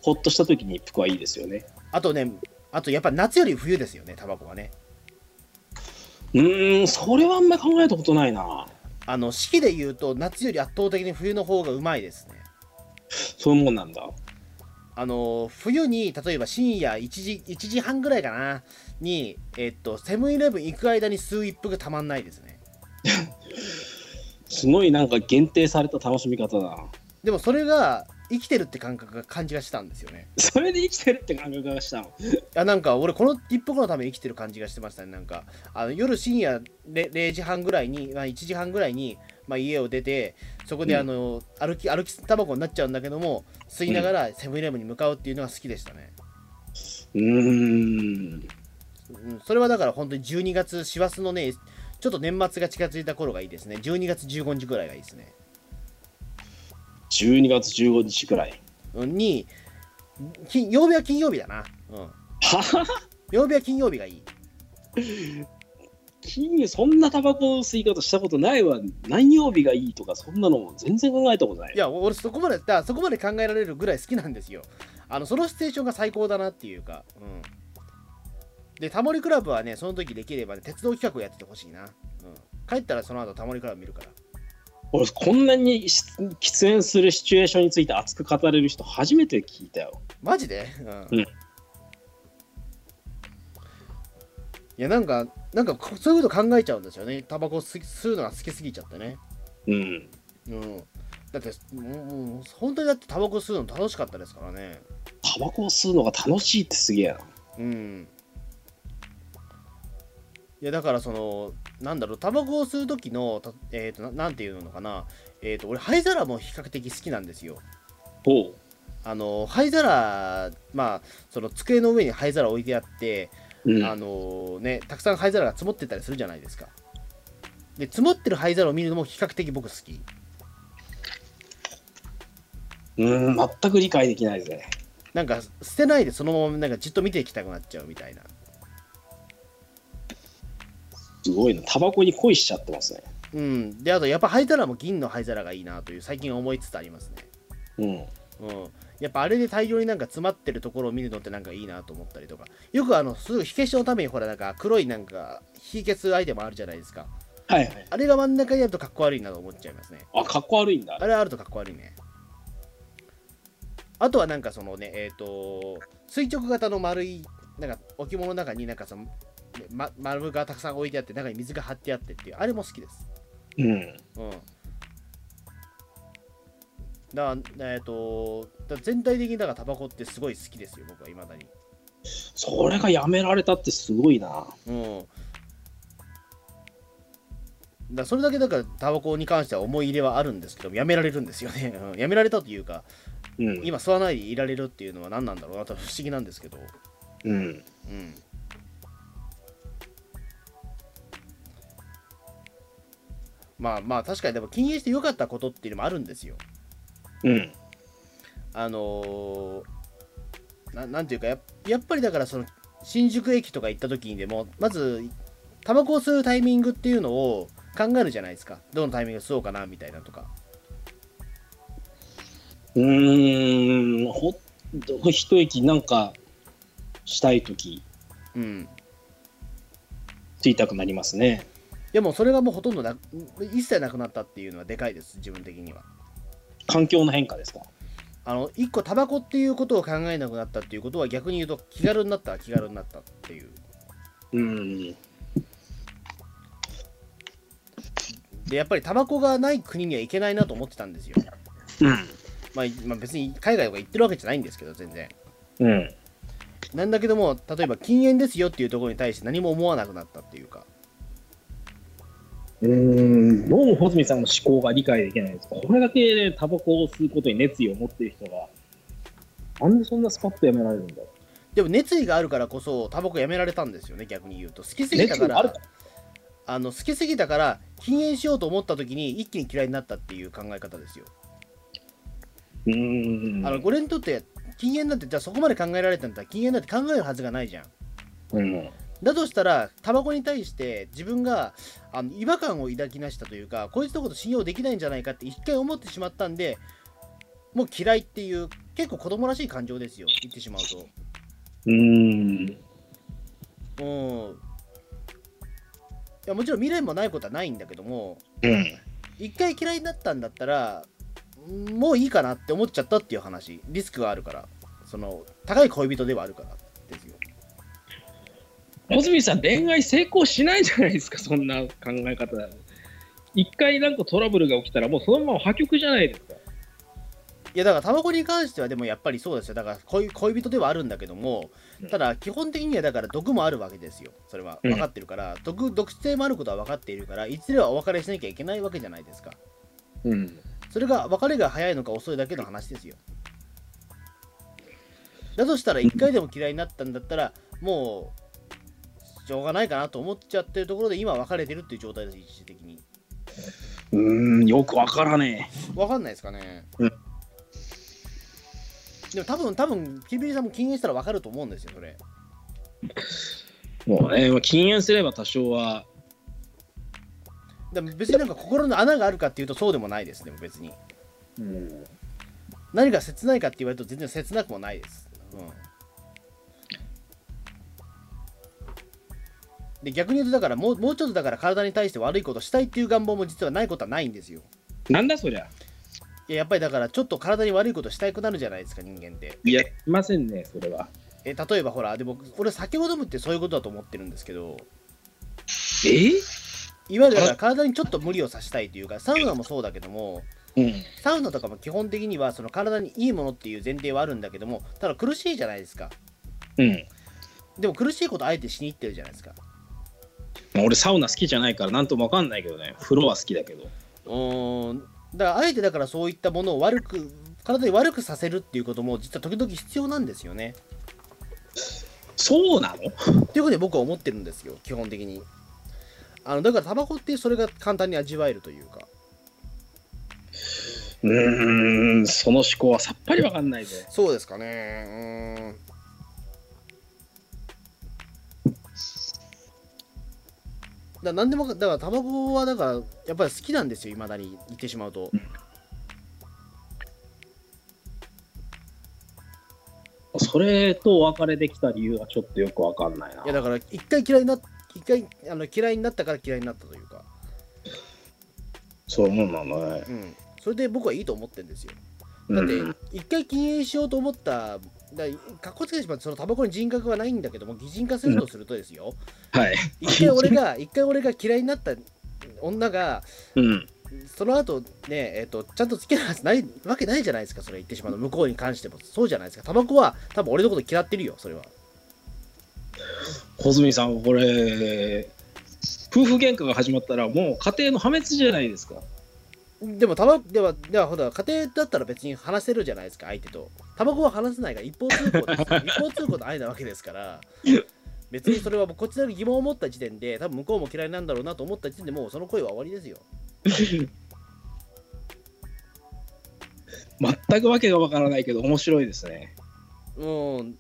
[SPEAKER 3] ほっとした時に一服はいいですよね
[SPEAKER 2] あとねあとやっぱ夏より冬ですよねタバコはね
[SPEAKER 3] うーんそれはあんまり考えたことないな
[SPEAKER 2] あの四季で言うと夏より圧倒的に冬の方がうまいですね。
[SPEAKER 3] そういうもんなんだ
[SPEAKER 2] あの冬に例えば深夜1時 ,1 時半ぐらいかなに、えっと、セブンイレブン行く間に吸う一服がたまんないですね。
[SPEAKER 3] すごいなんか限定された楽しみ方だな
[SPEAKER 2] でもそれが生きてるって感覚が感じがしたんですよね。
[SPEAKER 3] それで生きてるって感覚がしたの。
[SPEAKER 2] あなんか俺この一服のために生きてる感じがしてましたねなんかあの夜深夜れ 0, 時半ぐらいに、まあ、1時半ぐらいに、まあ、家を出てそこで
[SPEAKER 3] うん
[SPEAKER 2] あの、歩き歩きタバコになっちゃうんだけども吸いながらセブンイレブンに向かうっていうのが好きでしたね。
[SPEAKER 3] うーん。
[SPEAKER 2] うん、それはだから本当に12月、師走のね、ちょっと年末が近づいた頃がいいですね。12月15日ぐらいがいいですね。
[SPEAKER 3] 12月15日くらい。
[SPEAKER 2] うんに、金曜日は金曜日だな。うん。
[SPEAKER 3] は
[SPEAKER 2] 曜日は金曜日がいい。
[SPEAKER 3] 金そんなタバコの吸い方したことないわ。何曜日がいいとか、そんなのも全然考えたことない。
[SPEAKER 2] いや、俺そこまで、だからそこまで考えられるぐらい好きなんですよ。あの、そのシチュエーションが最高だなっていうか。うん。で、タモリクラブはね、その時できればね、鉄道企画をやっててほしいな。うん。帰ったらその後タモリクラブ見るから。
[SPEAKER 3] 俺、こんなにし喫煙するシチュエーションについて熱く語れる人、初めて聞いたよ。
[SPEAKER 2] マジで、うん、
[SPEAKER 3] うん
[SPEAKER 2] いやなんかなんかこそういうこと考えちゃうんですよねタバコ吸吸うのが好きすぎちゃってね
[SPEAKER 3] うん。
[SPEAKER 2] うんだってもうもう本当にだってタバコ吸うの楽しかったですからね
[SPEAKER 3] タバコを吸うのが楽しいってすげえな。
[SPEAKER 2] うんいやだからそのなんだろうタバコを吸う時のたえっ、とななんていうのかなえっ、と俺灰皿も比較的好きなんですよ
[SPEAKER 3] ほう。
[SPEAKER 2] あの灰皿まあその机の上に灰皿置いてあって
[SPEAKER 3] うん、
[SPEAKER 2] あのね、たくさん灰皿が積もってたりするじゃないですか。で、積もってる灰皿を見るのも比較的僕好き。
[SPEAKER 3] うん全く理解できないぜ。
[SPEAKER 2] なんか、捨てないでそのままなんかじっと見ていきたくなっちゃうみたいな。
[SPEAKER 3] すごいな。タバコに恋しちゃってますね。
[SPEAKER 2] うん。で、あと、やっぱ灰皿も銀の灰皿がいいなという最近思いつつありますね。
[SPEAKER 3] うん。
[SPEAKER 2] うん。やっぱあれで大量になんか詰まってるところを見るのってなんかいいなと思ったりとか。よくあの、すぐ火消しのためにほら、なんか黒いなんか、火消すアイテムあるじゃないですか。
[SPEAKER 3] はいはい。
[SPEAKER 2] あれが真ん中にあるとかっこ悪いなと思っちゃいますね。
[SPEAKER 3] あ、かっこ悪いんだ。
[SPEAKER 2] あれあるとかっこ悪いね。あとはなんかそのね、えっ、と、垂直型の丸い、なんか置物の中になんかその、ねま、丸がたくさん置いてあって、中に水が張ってあってっていう、あれも好きです。
[SPEAKER 3] うん。
[SPEAKER 2] うん。だから、えっ、と、だから全体的にだからタバコってすごい好きですよ、僕はいまだに。
[SPEAKER 3] それがやめられたってすごいな。
[SPEAKER 2] うん。だそれだけだからタバコに関しては思い入れはあるんですけどやめられるんですよね、うんやめられたというか
[SPEAKER 3] うん
[SPEAKER 2] 今吸わないでいられるっていうのは何なんだろうなと不思議なんですけど
[SPEAKER 3] うん
[SPEAKER 2] うんまあまあ確かにでも禁煙して良かったことっていうのもあるんですよ
[SPEAKER 3] うん
[SPEAKER 2] あのーななんていうかやっやっぱりだからその新宿駅とか行った時にでもまずタバコを吸うタイミングっていうのを考えるじゃないですかどのタイミングで吸おうかなみたいなとか
[SPEAKER 3] うーんほっ一駅なんかしたい時
[SPEAKER 2] うん
[SPEAKER 3] 吸いたくなりますね
[SPEAKER 2] でもそれがもうほとんどな一切なくなったっていうのはでかいです自分的には
[SPEAKER 3] 環境の変化ですか
[SPEAKER 2] あの一個タバコっていうことを考えなくなったっていうことは逆に言うと気軽になったら気軽になったっていう
[SPEAKER 3] うん
[SPEAKER 2] でやっぱりタバコがない国には行けないなと思ってたんですよ、
[SPEAKER 3] うん
[SPEAKER 2] まあ、まあ別に海外とか行ってるわけじゃないんですけど全然
[SPEAKER 3] うん
[SPEAKER 2] なんだけども例えば禁煙ですよっていうところに対して何も思わなくなったっていうか
[SPEAKER 4] うーんどうも穂積さんの思考が理解できないです。これだけね、タバコを吸うことに熱意を持っている人が、なんでそんなスパッとやめられるんだろ
[SPEAKER 2] でも熱意があるからこそタバコやめられたんですよね逆に言うと好きす
[SPEAKER 4] う。
[SPEAKER 2] ぎた
[SPEAKER 4] 熱
[SPEAKER 2] か
[SPEAKER 4] 意がある
[SPEAKER 2] らあの好きすぎたから禁煙しようと思った時に一気に嫌いになったっていう考え方ですよ、
[SPEAKER 3] うん
[SPEAKER 2] あのこれにとって禁煙なんてじゃあそこまで考えられたんだったら禁煙なんて考えるはずがないじゃん
[SPEAKER 3] うん
[SPEAKER 2] だとしたらタバコに対して自分があの違和感を抱きなしたというかこいつのこと信用できないんじゃないかって一回思ってしまったんでもう嫌いっていう結構子供らしい感情ですよ言ってしまうと。
[SPEAKER 3] うん
[SPEAKER 2] うん。いやもちろん未練もないことはないんだけども、
[SPEAKER 3] うん
[SPEAKER 2] 一回嫌いになったんだったら、んもういいかなって思っちゃったっていう話。リスクがあるから。その、高い恋人ではあるからですよ。
[SPEAKER 4] 穂積さん、恋愛成功しないじゃないですか、そんな考え方。一回なんかトラブルが起きたら、もうそのまま破局じゃないですか。
[SPEAKER 2] いやだからタバコに関してはでもやっぱりそうですよ。だから恋恋人ではあるんだけども
[SPEAKER 4] うん、
[SPEAKER 2] ただ基本的にはだから毒もあるわけですよ。それは
[SPEAKER 4] うん
[SPEAKER 2] 分かってるから、毒毒性もあることは分かっているから、いずれはお別れしなきゃいけないわけじゃないですか。
[SPEAKER 4] うん。
[SPEAKER 2] それが別れが早いのか遅いだけの話ですよ。だとしたら1回でも嫌いになったんだったらもうしょうがないかなと思っちゃってるところで今別れてるっていう状態です一時的に。
[SPEAKER 3] うんよくわからね
[SPEAKER 2] わかんないですかね。
[SPEAKER 3] うん
[SPEAKER 2] でも多分多分キリビリさんも禁煙したらわかると思うんですよそれ。
[SPEAKER 3] えもうねまあ禁煙すれば多少は
[SPEAKER 2] でも別になんか心の穴があるかっていうとそうでもないですでも別に。
[SPEAKER 3] うん
[SPEAKER 2] 何が切ないかって言われると全然切なくもないです。うん、で逆に言うとだからもうもうちょっとだから体に対して悪いことしたいっていう願望も実はないことはないんですよ。
[SPEAKER 4] なんだそりゃ。
[SPEAKER 2] いややっぱりだからちょっと体に悪いことしたいくなるじゃないですか人間って。
[SPEAKER 4] いや、いませんね、それは。
[SPEAKER 2] え例えばほらでも俺酒を飲むってそういうことだと思ってるんですけど
[SPEAKER 4] え
[SPEAKER 2] いわゆるだから体にちょっと無理をさせたいというかサウナもそうだけども
[SPEAKER 3] うん
[SPEAKER 2] サウナとかも基本的にはその体にいいものっていう前提はあるんだけどもただ苦しいじゃないですか。
[SPEAKER 3] うん
[SPEAKER 2] でも苦しいことあえてしに行ってるじゃないですか。
[SPEAKER 3] まあ俺サウナ好きじゃないからなんともわかんないけどね風呂は好きだけど
[SPEAKER 2] うーんだからあえてだからそういったものを悪く体に悪くさせるっていうことも実は時々必要なんですよね。
[SPEAKER 3] そうなの
[SPEAKER 2] ということで僕は思ってるんですよ基本的に。あのだからタバコってそれが簡単に味わえるというか
[SPEAKER 3] うーんその思考はさっぱりわかんないぜ
[SPEAKER 2] そうですかねうんだ何でもかだからタバコはだからやっぱり好きなんですよいまだに言ってしまうと
[SPEAKER 3] それとお別れできた理由はちょっとよくわかんないない
[SPEAKER 2] やだから一回嫌いになっ一回あの嫌いになったから嫌いになったというか
[SPEAKER 3] そうもんなのね
[SPEAKER 2] うん、それで僕はいいと思ってるんですよ。だっ
[SPEAKER 3] うん
[SPEAKER 2] て、一回禁煙しようと思った、だかっこつけてしまって、そのタバコに人格はないんだけども、擬人化するとするとですよ、
[SPEAKER 3] はい
[SPEAKER 2] 一回俺が、一回俺が嫌いになった女が、
[SPEAKER 3] うん
[SPEAKER 2] その後ね、えっとちゃんとつけるはずないわけないじゃないですか、それ言ってしまうの、向こうに関しても、そうじゃないですか、タバコは多分俺のこと嫌ってるよ、それは。
[SPEAKER 3] 穂積さんこれ
[SPEAKER 4] 夫婦喧嘩が始まったらもう家庭の破滅じゃないですか
[SPEAKER 2] でも、タバでは、では、ほら、家庭だったら別に話せるじゃないですか、相手と。タバコは話せないから、一方通行 ですよ一方通行の愛なわけですから、別にそれはもうこっちだけ疑問を持った時点で、多分向こうも嫌いなんだろうなと思った時点でもうその恋は終わりですよ。
[SPEAKER 4] 全くわけがわからないけど面白いですね
[SPEAKER 2] うん。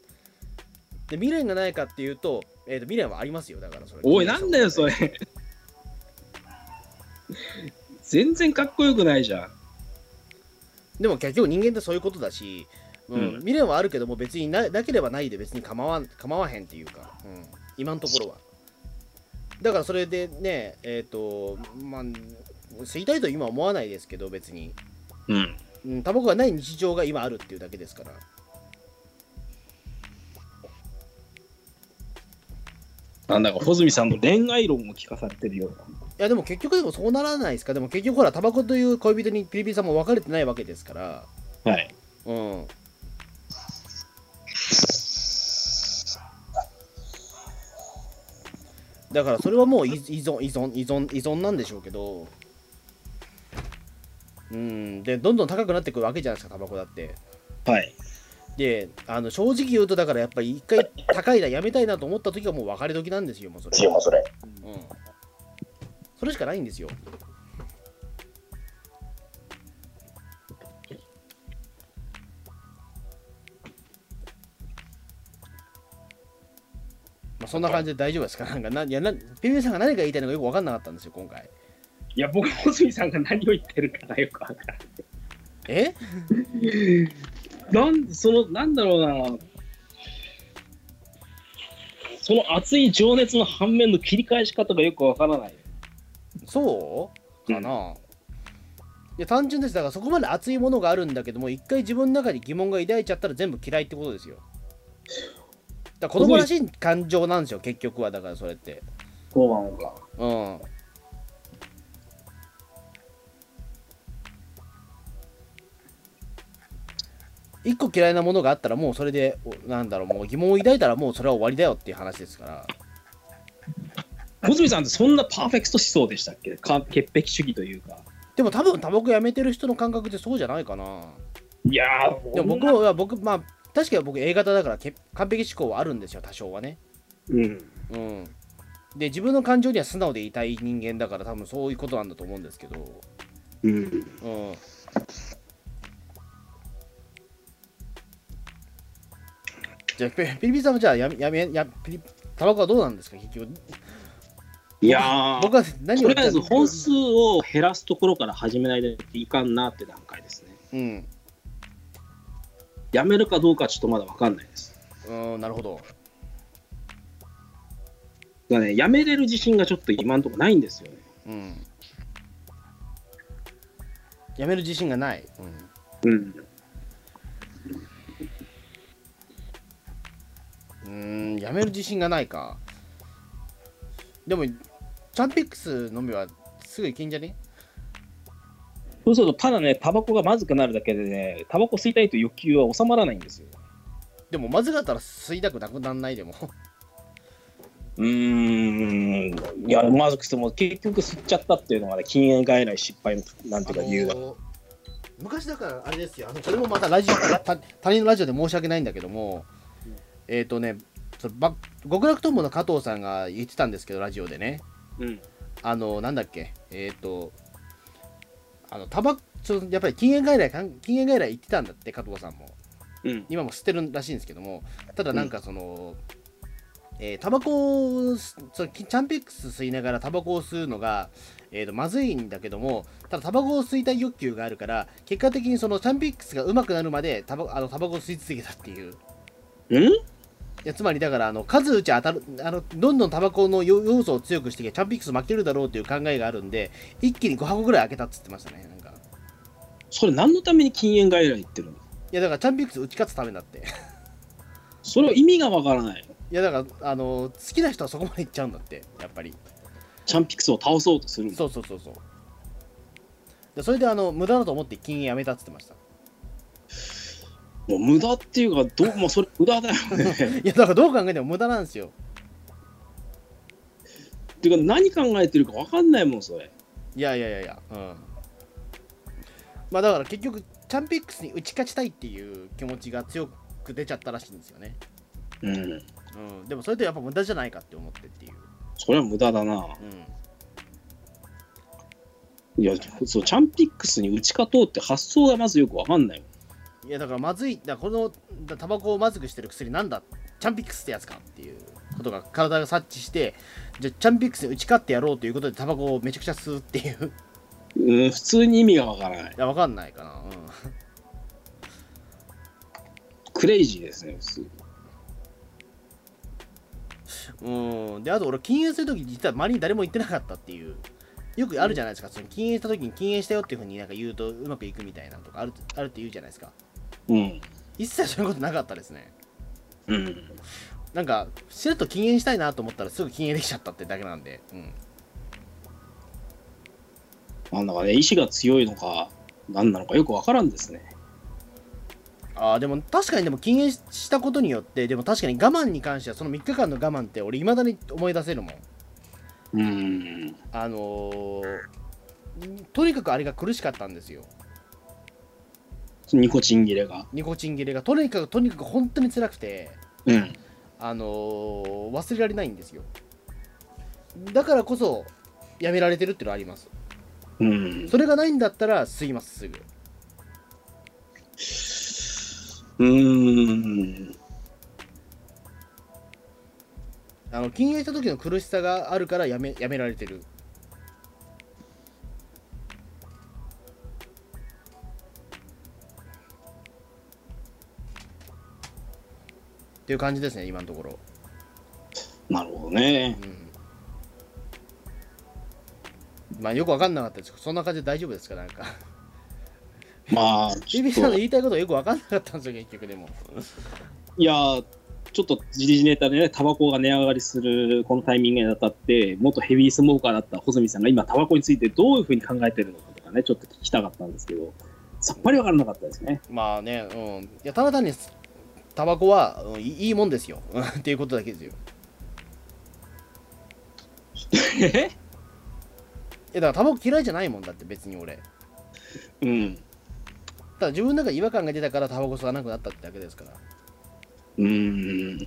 [SPEAKER 2] で、未練がないかっていうと、えーと未練はありますよ、だからそれ。
[SPEAKER 4] おいなんだよ それ全然かっこよくないじゃん
[SPEAKER 2] でも結局人間ってそういうことだし、うん
[SPEAKER 4] うん
[SPEAKER 2] 未練はあるけども別にななければないで別に構わん構わへんっていうか、うん、今のところはだからそれでねえっ、とまあ吸いたいと今は思わないですけど別に、
[SPEAKER 4] うん
[SPEAKER 2] うん、タバコがない日常が今あるっていうだけですから
[SPEAKER 4] なんだか穂積さんの恋愛論を聞かされてるようない
[SPEAKER 2] やでも結局でもそうならないですかでも結局ほらタバコという恋人にピリピリさんも別れてないわけですから
[SPEAKER 4] はい。
[SPEAKER 2] うんだからそれはもう依依存依存依存依存なんでしょうけどうんでどんどん高くなってくるわけじゃないですかタバコだって
[SPEAKER 4] はい。
[SPEAKER 2] であの正直言うとだからやっぱり一回高いなやめたいなと思った時はもう別れ時なんですよもうそれ
[SPEAKER 5] しようそれ。
[SPEAKER 2] うん、それしかないんですよまあそんな感じで大丈夫ですかなんかないやなペペさんが何が言いたいのかよく分かんなかったんですよ今回
[SPEAKER 4] いや、僕、小杉さんが何を言ってるかがよくわから
[SPEAKER 2] え
[SPEAKER 4] ない。なん、その、なんだろうな。その熱い情熱の反面の切り返し方がよくわからない。
[SPEAKER 2] そうかな、いや単純ですだからそこまで熱いものがあるんだけども一回自分の中に疑問が抱いちゃったら全部嫌いってことですよだから子供らしい感情なんですよ結局はだからそれって
[SPEAKER 4] そうなのか。
[SPEAKER 2] うん。一個嫌いなものがあったらもうそれでおなんだろうもう疑問を抱いたらもうそれは終わりだよっていう話ですから
[SPEAKER 4] 小杉さんってそんなパーフェクト思想でしたっけか潔癖主義というか。
[SPEAKER 2] でも多分タバコやめてる人の感覚ってそうじゃないかない
[SPEAKER 4] やー、
[SPEAKER 2] でも僕は僕まあ確かに僕 A 型だからけ完璧思考はあるんですよ多少はね
[SPEAKER 4] うん。
[SPEAKER 2] うんで自分の感情には素直でいたい人間だから多分そういうことなんだと思うんですけど
[SPEAKER 3] うん。
[SPEAKER 2] うんじゃあ、ペピリピリさんもじゃあやめ、やめ、やピリタバコはどうなんですか、結局。
[SPEAKER 3] いや
[SPEAKER 2] 僕は何
[SPEAKER 3] と
[SPEAKER 2] を
[SPEAKER 3] り
[SPEAKER 2] 言
[SPEAKER 3] あ
[SPEAKER 2] っ
[SPEAKER 3] え
[SPEAKER 2] た
[SPEAKER 3] ず
[SPEAKER 2] の
[SPEAKER 3] 本数を減らすところから始めないといかんなって段階ですね。
[SPEAKER 2] うん、
[SPEAKER 3] やめるかどうかちょっとまだわかんないです。
[SPEAKER 2] うん、なるほど。
[SPEAKER 3] だからね、やめれる自信がちょっと今のところないんですよね。
[SPEAKER 2] うん。やめる自信がない。うん
[SPEAKER 3] うん。
[SPEAKER 2] うーん、やめる自信がないか。でも、チャンピックス飲めばすぐいけんじゃね
[SPEAKER 4] そうすると、ただね、タバコがまずくなるだけでね、タバコ吸いたいという欲求は収まらないんですよ。
[SPEAKER 2] でも、まずかったら吸いたくなくなんないでも。
[SPEAKER 4] うーん、いや、まずくても結局吸っちゃったっていうのがね、禁煙外来失敗のなんていうか理由だ
[SPEAKER 2] あ。のー昔だからあれですよあのこれもまたラジオた他人のラジオで申し訳ないんだけども、えっ、とねそのば極楽とんぼの加藤さんが言ってたんですけどラジオでね
[SPEAKER 3] うん。
[SPEAKER 2] あのなんだっけえっ、とあのタバちょやっぱり禁煙外来かん禁煙外来行ってたんだって加藤さんも
[SPEAKER 3] うん。
[SPEAKER 2] 今も吸ってるらしいんですけどもただなんかその、えータバコを吸そのきチャンピックス吸いながらタバコを吸うのが、えー、とまずいんだけどもただタバコを吸いたい欲求があるから結果的にそのチャンピックスがうまくなるまでタバあのタバコを吸い続けたっていう。
[SPEAKER 3] うん
[SPEAKER 2] いやつまりだからあの数打ち当たるあのどんどんタバコの要要素を強くしてきてチャンピックス負けるだろうという考えがあるんで一気に5箱ぐらい開けたっつってましたねなんか
[SPEAKER 3] それ何のために禁煙外来行ってる
[SPEAKER 2] い
[SPEAKER 3] の
[SPEAKER 2] やだからチャンピックス打ち勝つためだって
[SPEAKER 3] それは意味がわからない。
[SPEAKER 2] いやだからあの好きな人はそこまでいっちゃうんだってやっぱり
[SPEAKER 3] チャンピクスを倒そうとするんだ
[SPEAKER 2] そうそうそうそうでそれであの無駄だと思って禁煙やめたっつってました
[SPEAKER 3] もう無駄っていうかどうもうそれ 無駄だよね
[SPEAKER 2] いやだからどう考えても無駄なんですよ
[SPEAKER 3] ていうか何考えてるか分かんないもんそれ
[SPEAKER 2] いやいやいやいや、うん。まあだから結局、チャンピックスに打ち勝ちたいっていう気持ちが強く出ちゃったらしいんですよね。
[SPEAKER 3] うん
[SPEAKER 2] うん、でもそれってやっぱ無駄じゃないかって思ってっていう。
[SPEAKER 3] それは無駄だな
[SPEAKER 2] うん、
[SPEAKER 3] いやそうチャンピックスに打ち勝とうって発想がまずよく分かんないもん
[SPEAKER 2] いやだからまずい、だからこのだタバコをまずくしてる薬なんだ、チャンピックスってやつかっていうことが体が察知して、じゃあチャンピックスに打ち勝ってやろうということでタバコをめちゃくちゃ吸うっていう、い
[SPEAKER 3] うん普通に意味が分からない
[SPEAKER 2] やわかんないかな。
[SPEAKER 3] クレイジーですね普通
[SPEAKER 2] うん。うん、で、あと俺、禁煙するとき実は周りに誰も言ってなかったっていう。よくあるじゃないですか、その禁煙したときに禁煙したよっていうふうになんか言うとうまくいくみたいなのとかあるあるって言うじゃないですか。
[SPEAKER 3] うん
[SPEAKER 2] 一切そういうことなかったですね。
[SPEAKER 3] うん
[SPEAKER 2] なんか、しれっと禁煙したいなと思ったらすぐ禁煙できちゃったってだけなんで。うん。
[SPEAKER 3] なんだかね意志が強いのか何なのかよく分からんですね
[SPEAKER 2] あーでも確かにでも禁煙したことによってでも確かに我慢に関してはその3日間の我慢って俺いまだに思い出せるもん
[SPEAKER 3] うん
[SPEAKER 2] あのーとにかくあれが苦しかったんですよ
[SPEAKER 3] ニコチン切れが
[SPEAKER 2] ニコチン切れがとにかくとにかく本当に辛くて
[SPEAKER 3] うん
[SPEAKER 2] あのー忘れられないんですよだからこそやめられてるっていうのはあります
[SPEAKER 3] うん
[SPEAKER 2] それがないんだったら吸いますすぐ
[SPEAKER 3] うん
[SPEAKER 2] あの禁煙した時の苦しさがあるからやめやめられてるっていう感じですね今のところ、
[SPEAKER 3] なるほどね
[SPEAKER 2] うん、まあよく分かんなかったですそんな感じで大丈夫ですかなんか
[SPEAKER 3] まあちょっ
[SPEAKER 2] BBC さんの
[SPEAKER 3] と
[SPEAKER 2] 言いたいことはよく分かんなかったんですよ結局でも
[SPEAKER 3] いやーちょっと時事ネタでねタバコが値上がりするこのタイミングにあたって元ヘビースモーカーだった穂積さんが今タバコについてどういうふうに考えてるのかとかねちょっと聞きたかったんですけどさっぱり分からなかったですね
[SPEAKER 2] まあねうんいやただ単にタバコは、うんいいいいもんですよ うんっていうことだけですよ
[SPEAKER 3] え
[SPEAKER 2] いやだからタバコ嫌いじゃないもんだって別に俺
[SPEAKER 3] うん
[SPEAKER 2] ただ自分の中で違和感が出たからタバコ吸わなくなったってだけですから
[SPEAKER 3] うーん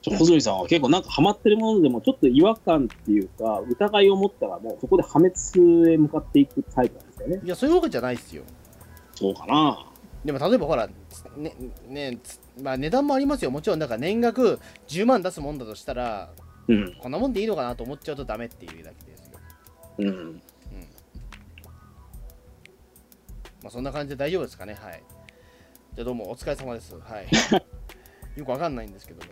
[SPEAKER 3] ちょ細見さんは結構なんかハマってるものでもちょっと違和感っていうか疑いを持ったらもうそこで破滅へ向かっていくタイプなんですよね。
[SPEAKER 2] いやそういうわけじゃないっすよ
[SPEAKER 3] そうかな。
[SPEAKER 2] でも例えばほらねねつまあ値段もありますよもちろんだから年額10万出すもんだとしたら
[SPEAKER 3] うん。
[SPEAKER 2] こんなもんでいいのかなと思っちゃうとダメっていうだけですよ
[SPEAKER 3] うん。
[SPEAKER 2] まあそんな感じで大丈夫 ですかねはいじゃあどうもお疲れ様ですはいよくわかんないんですけどね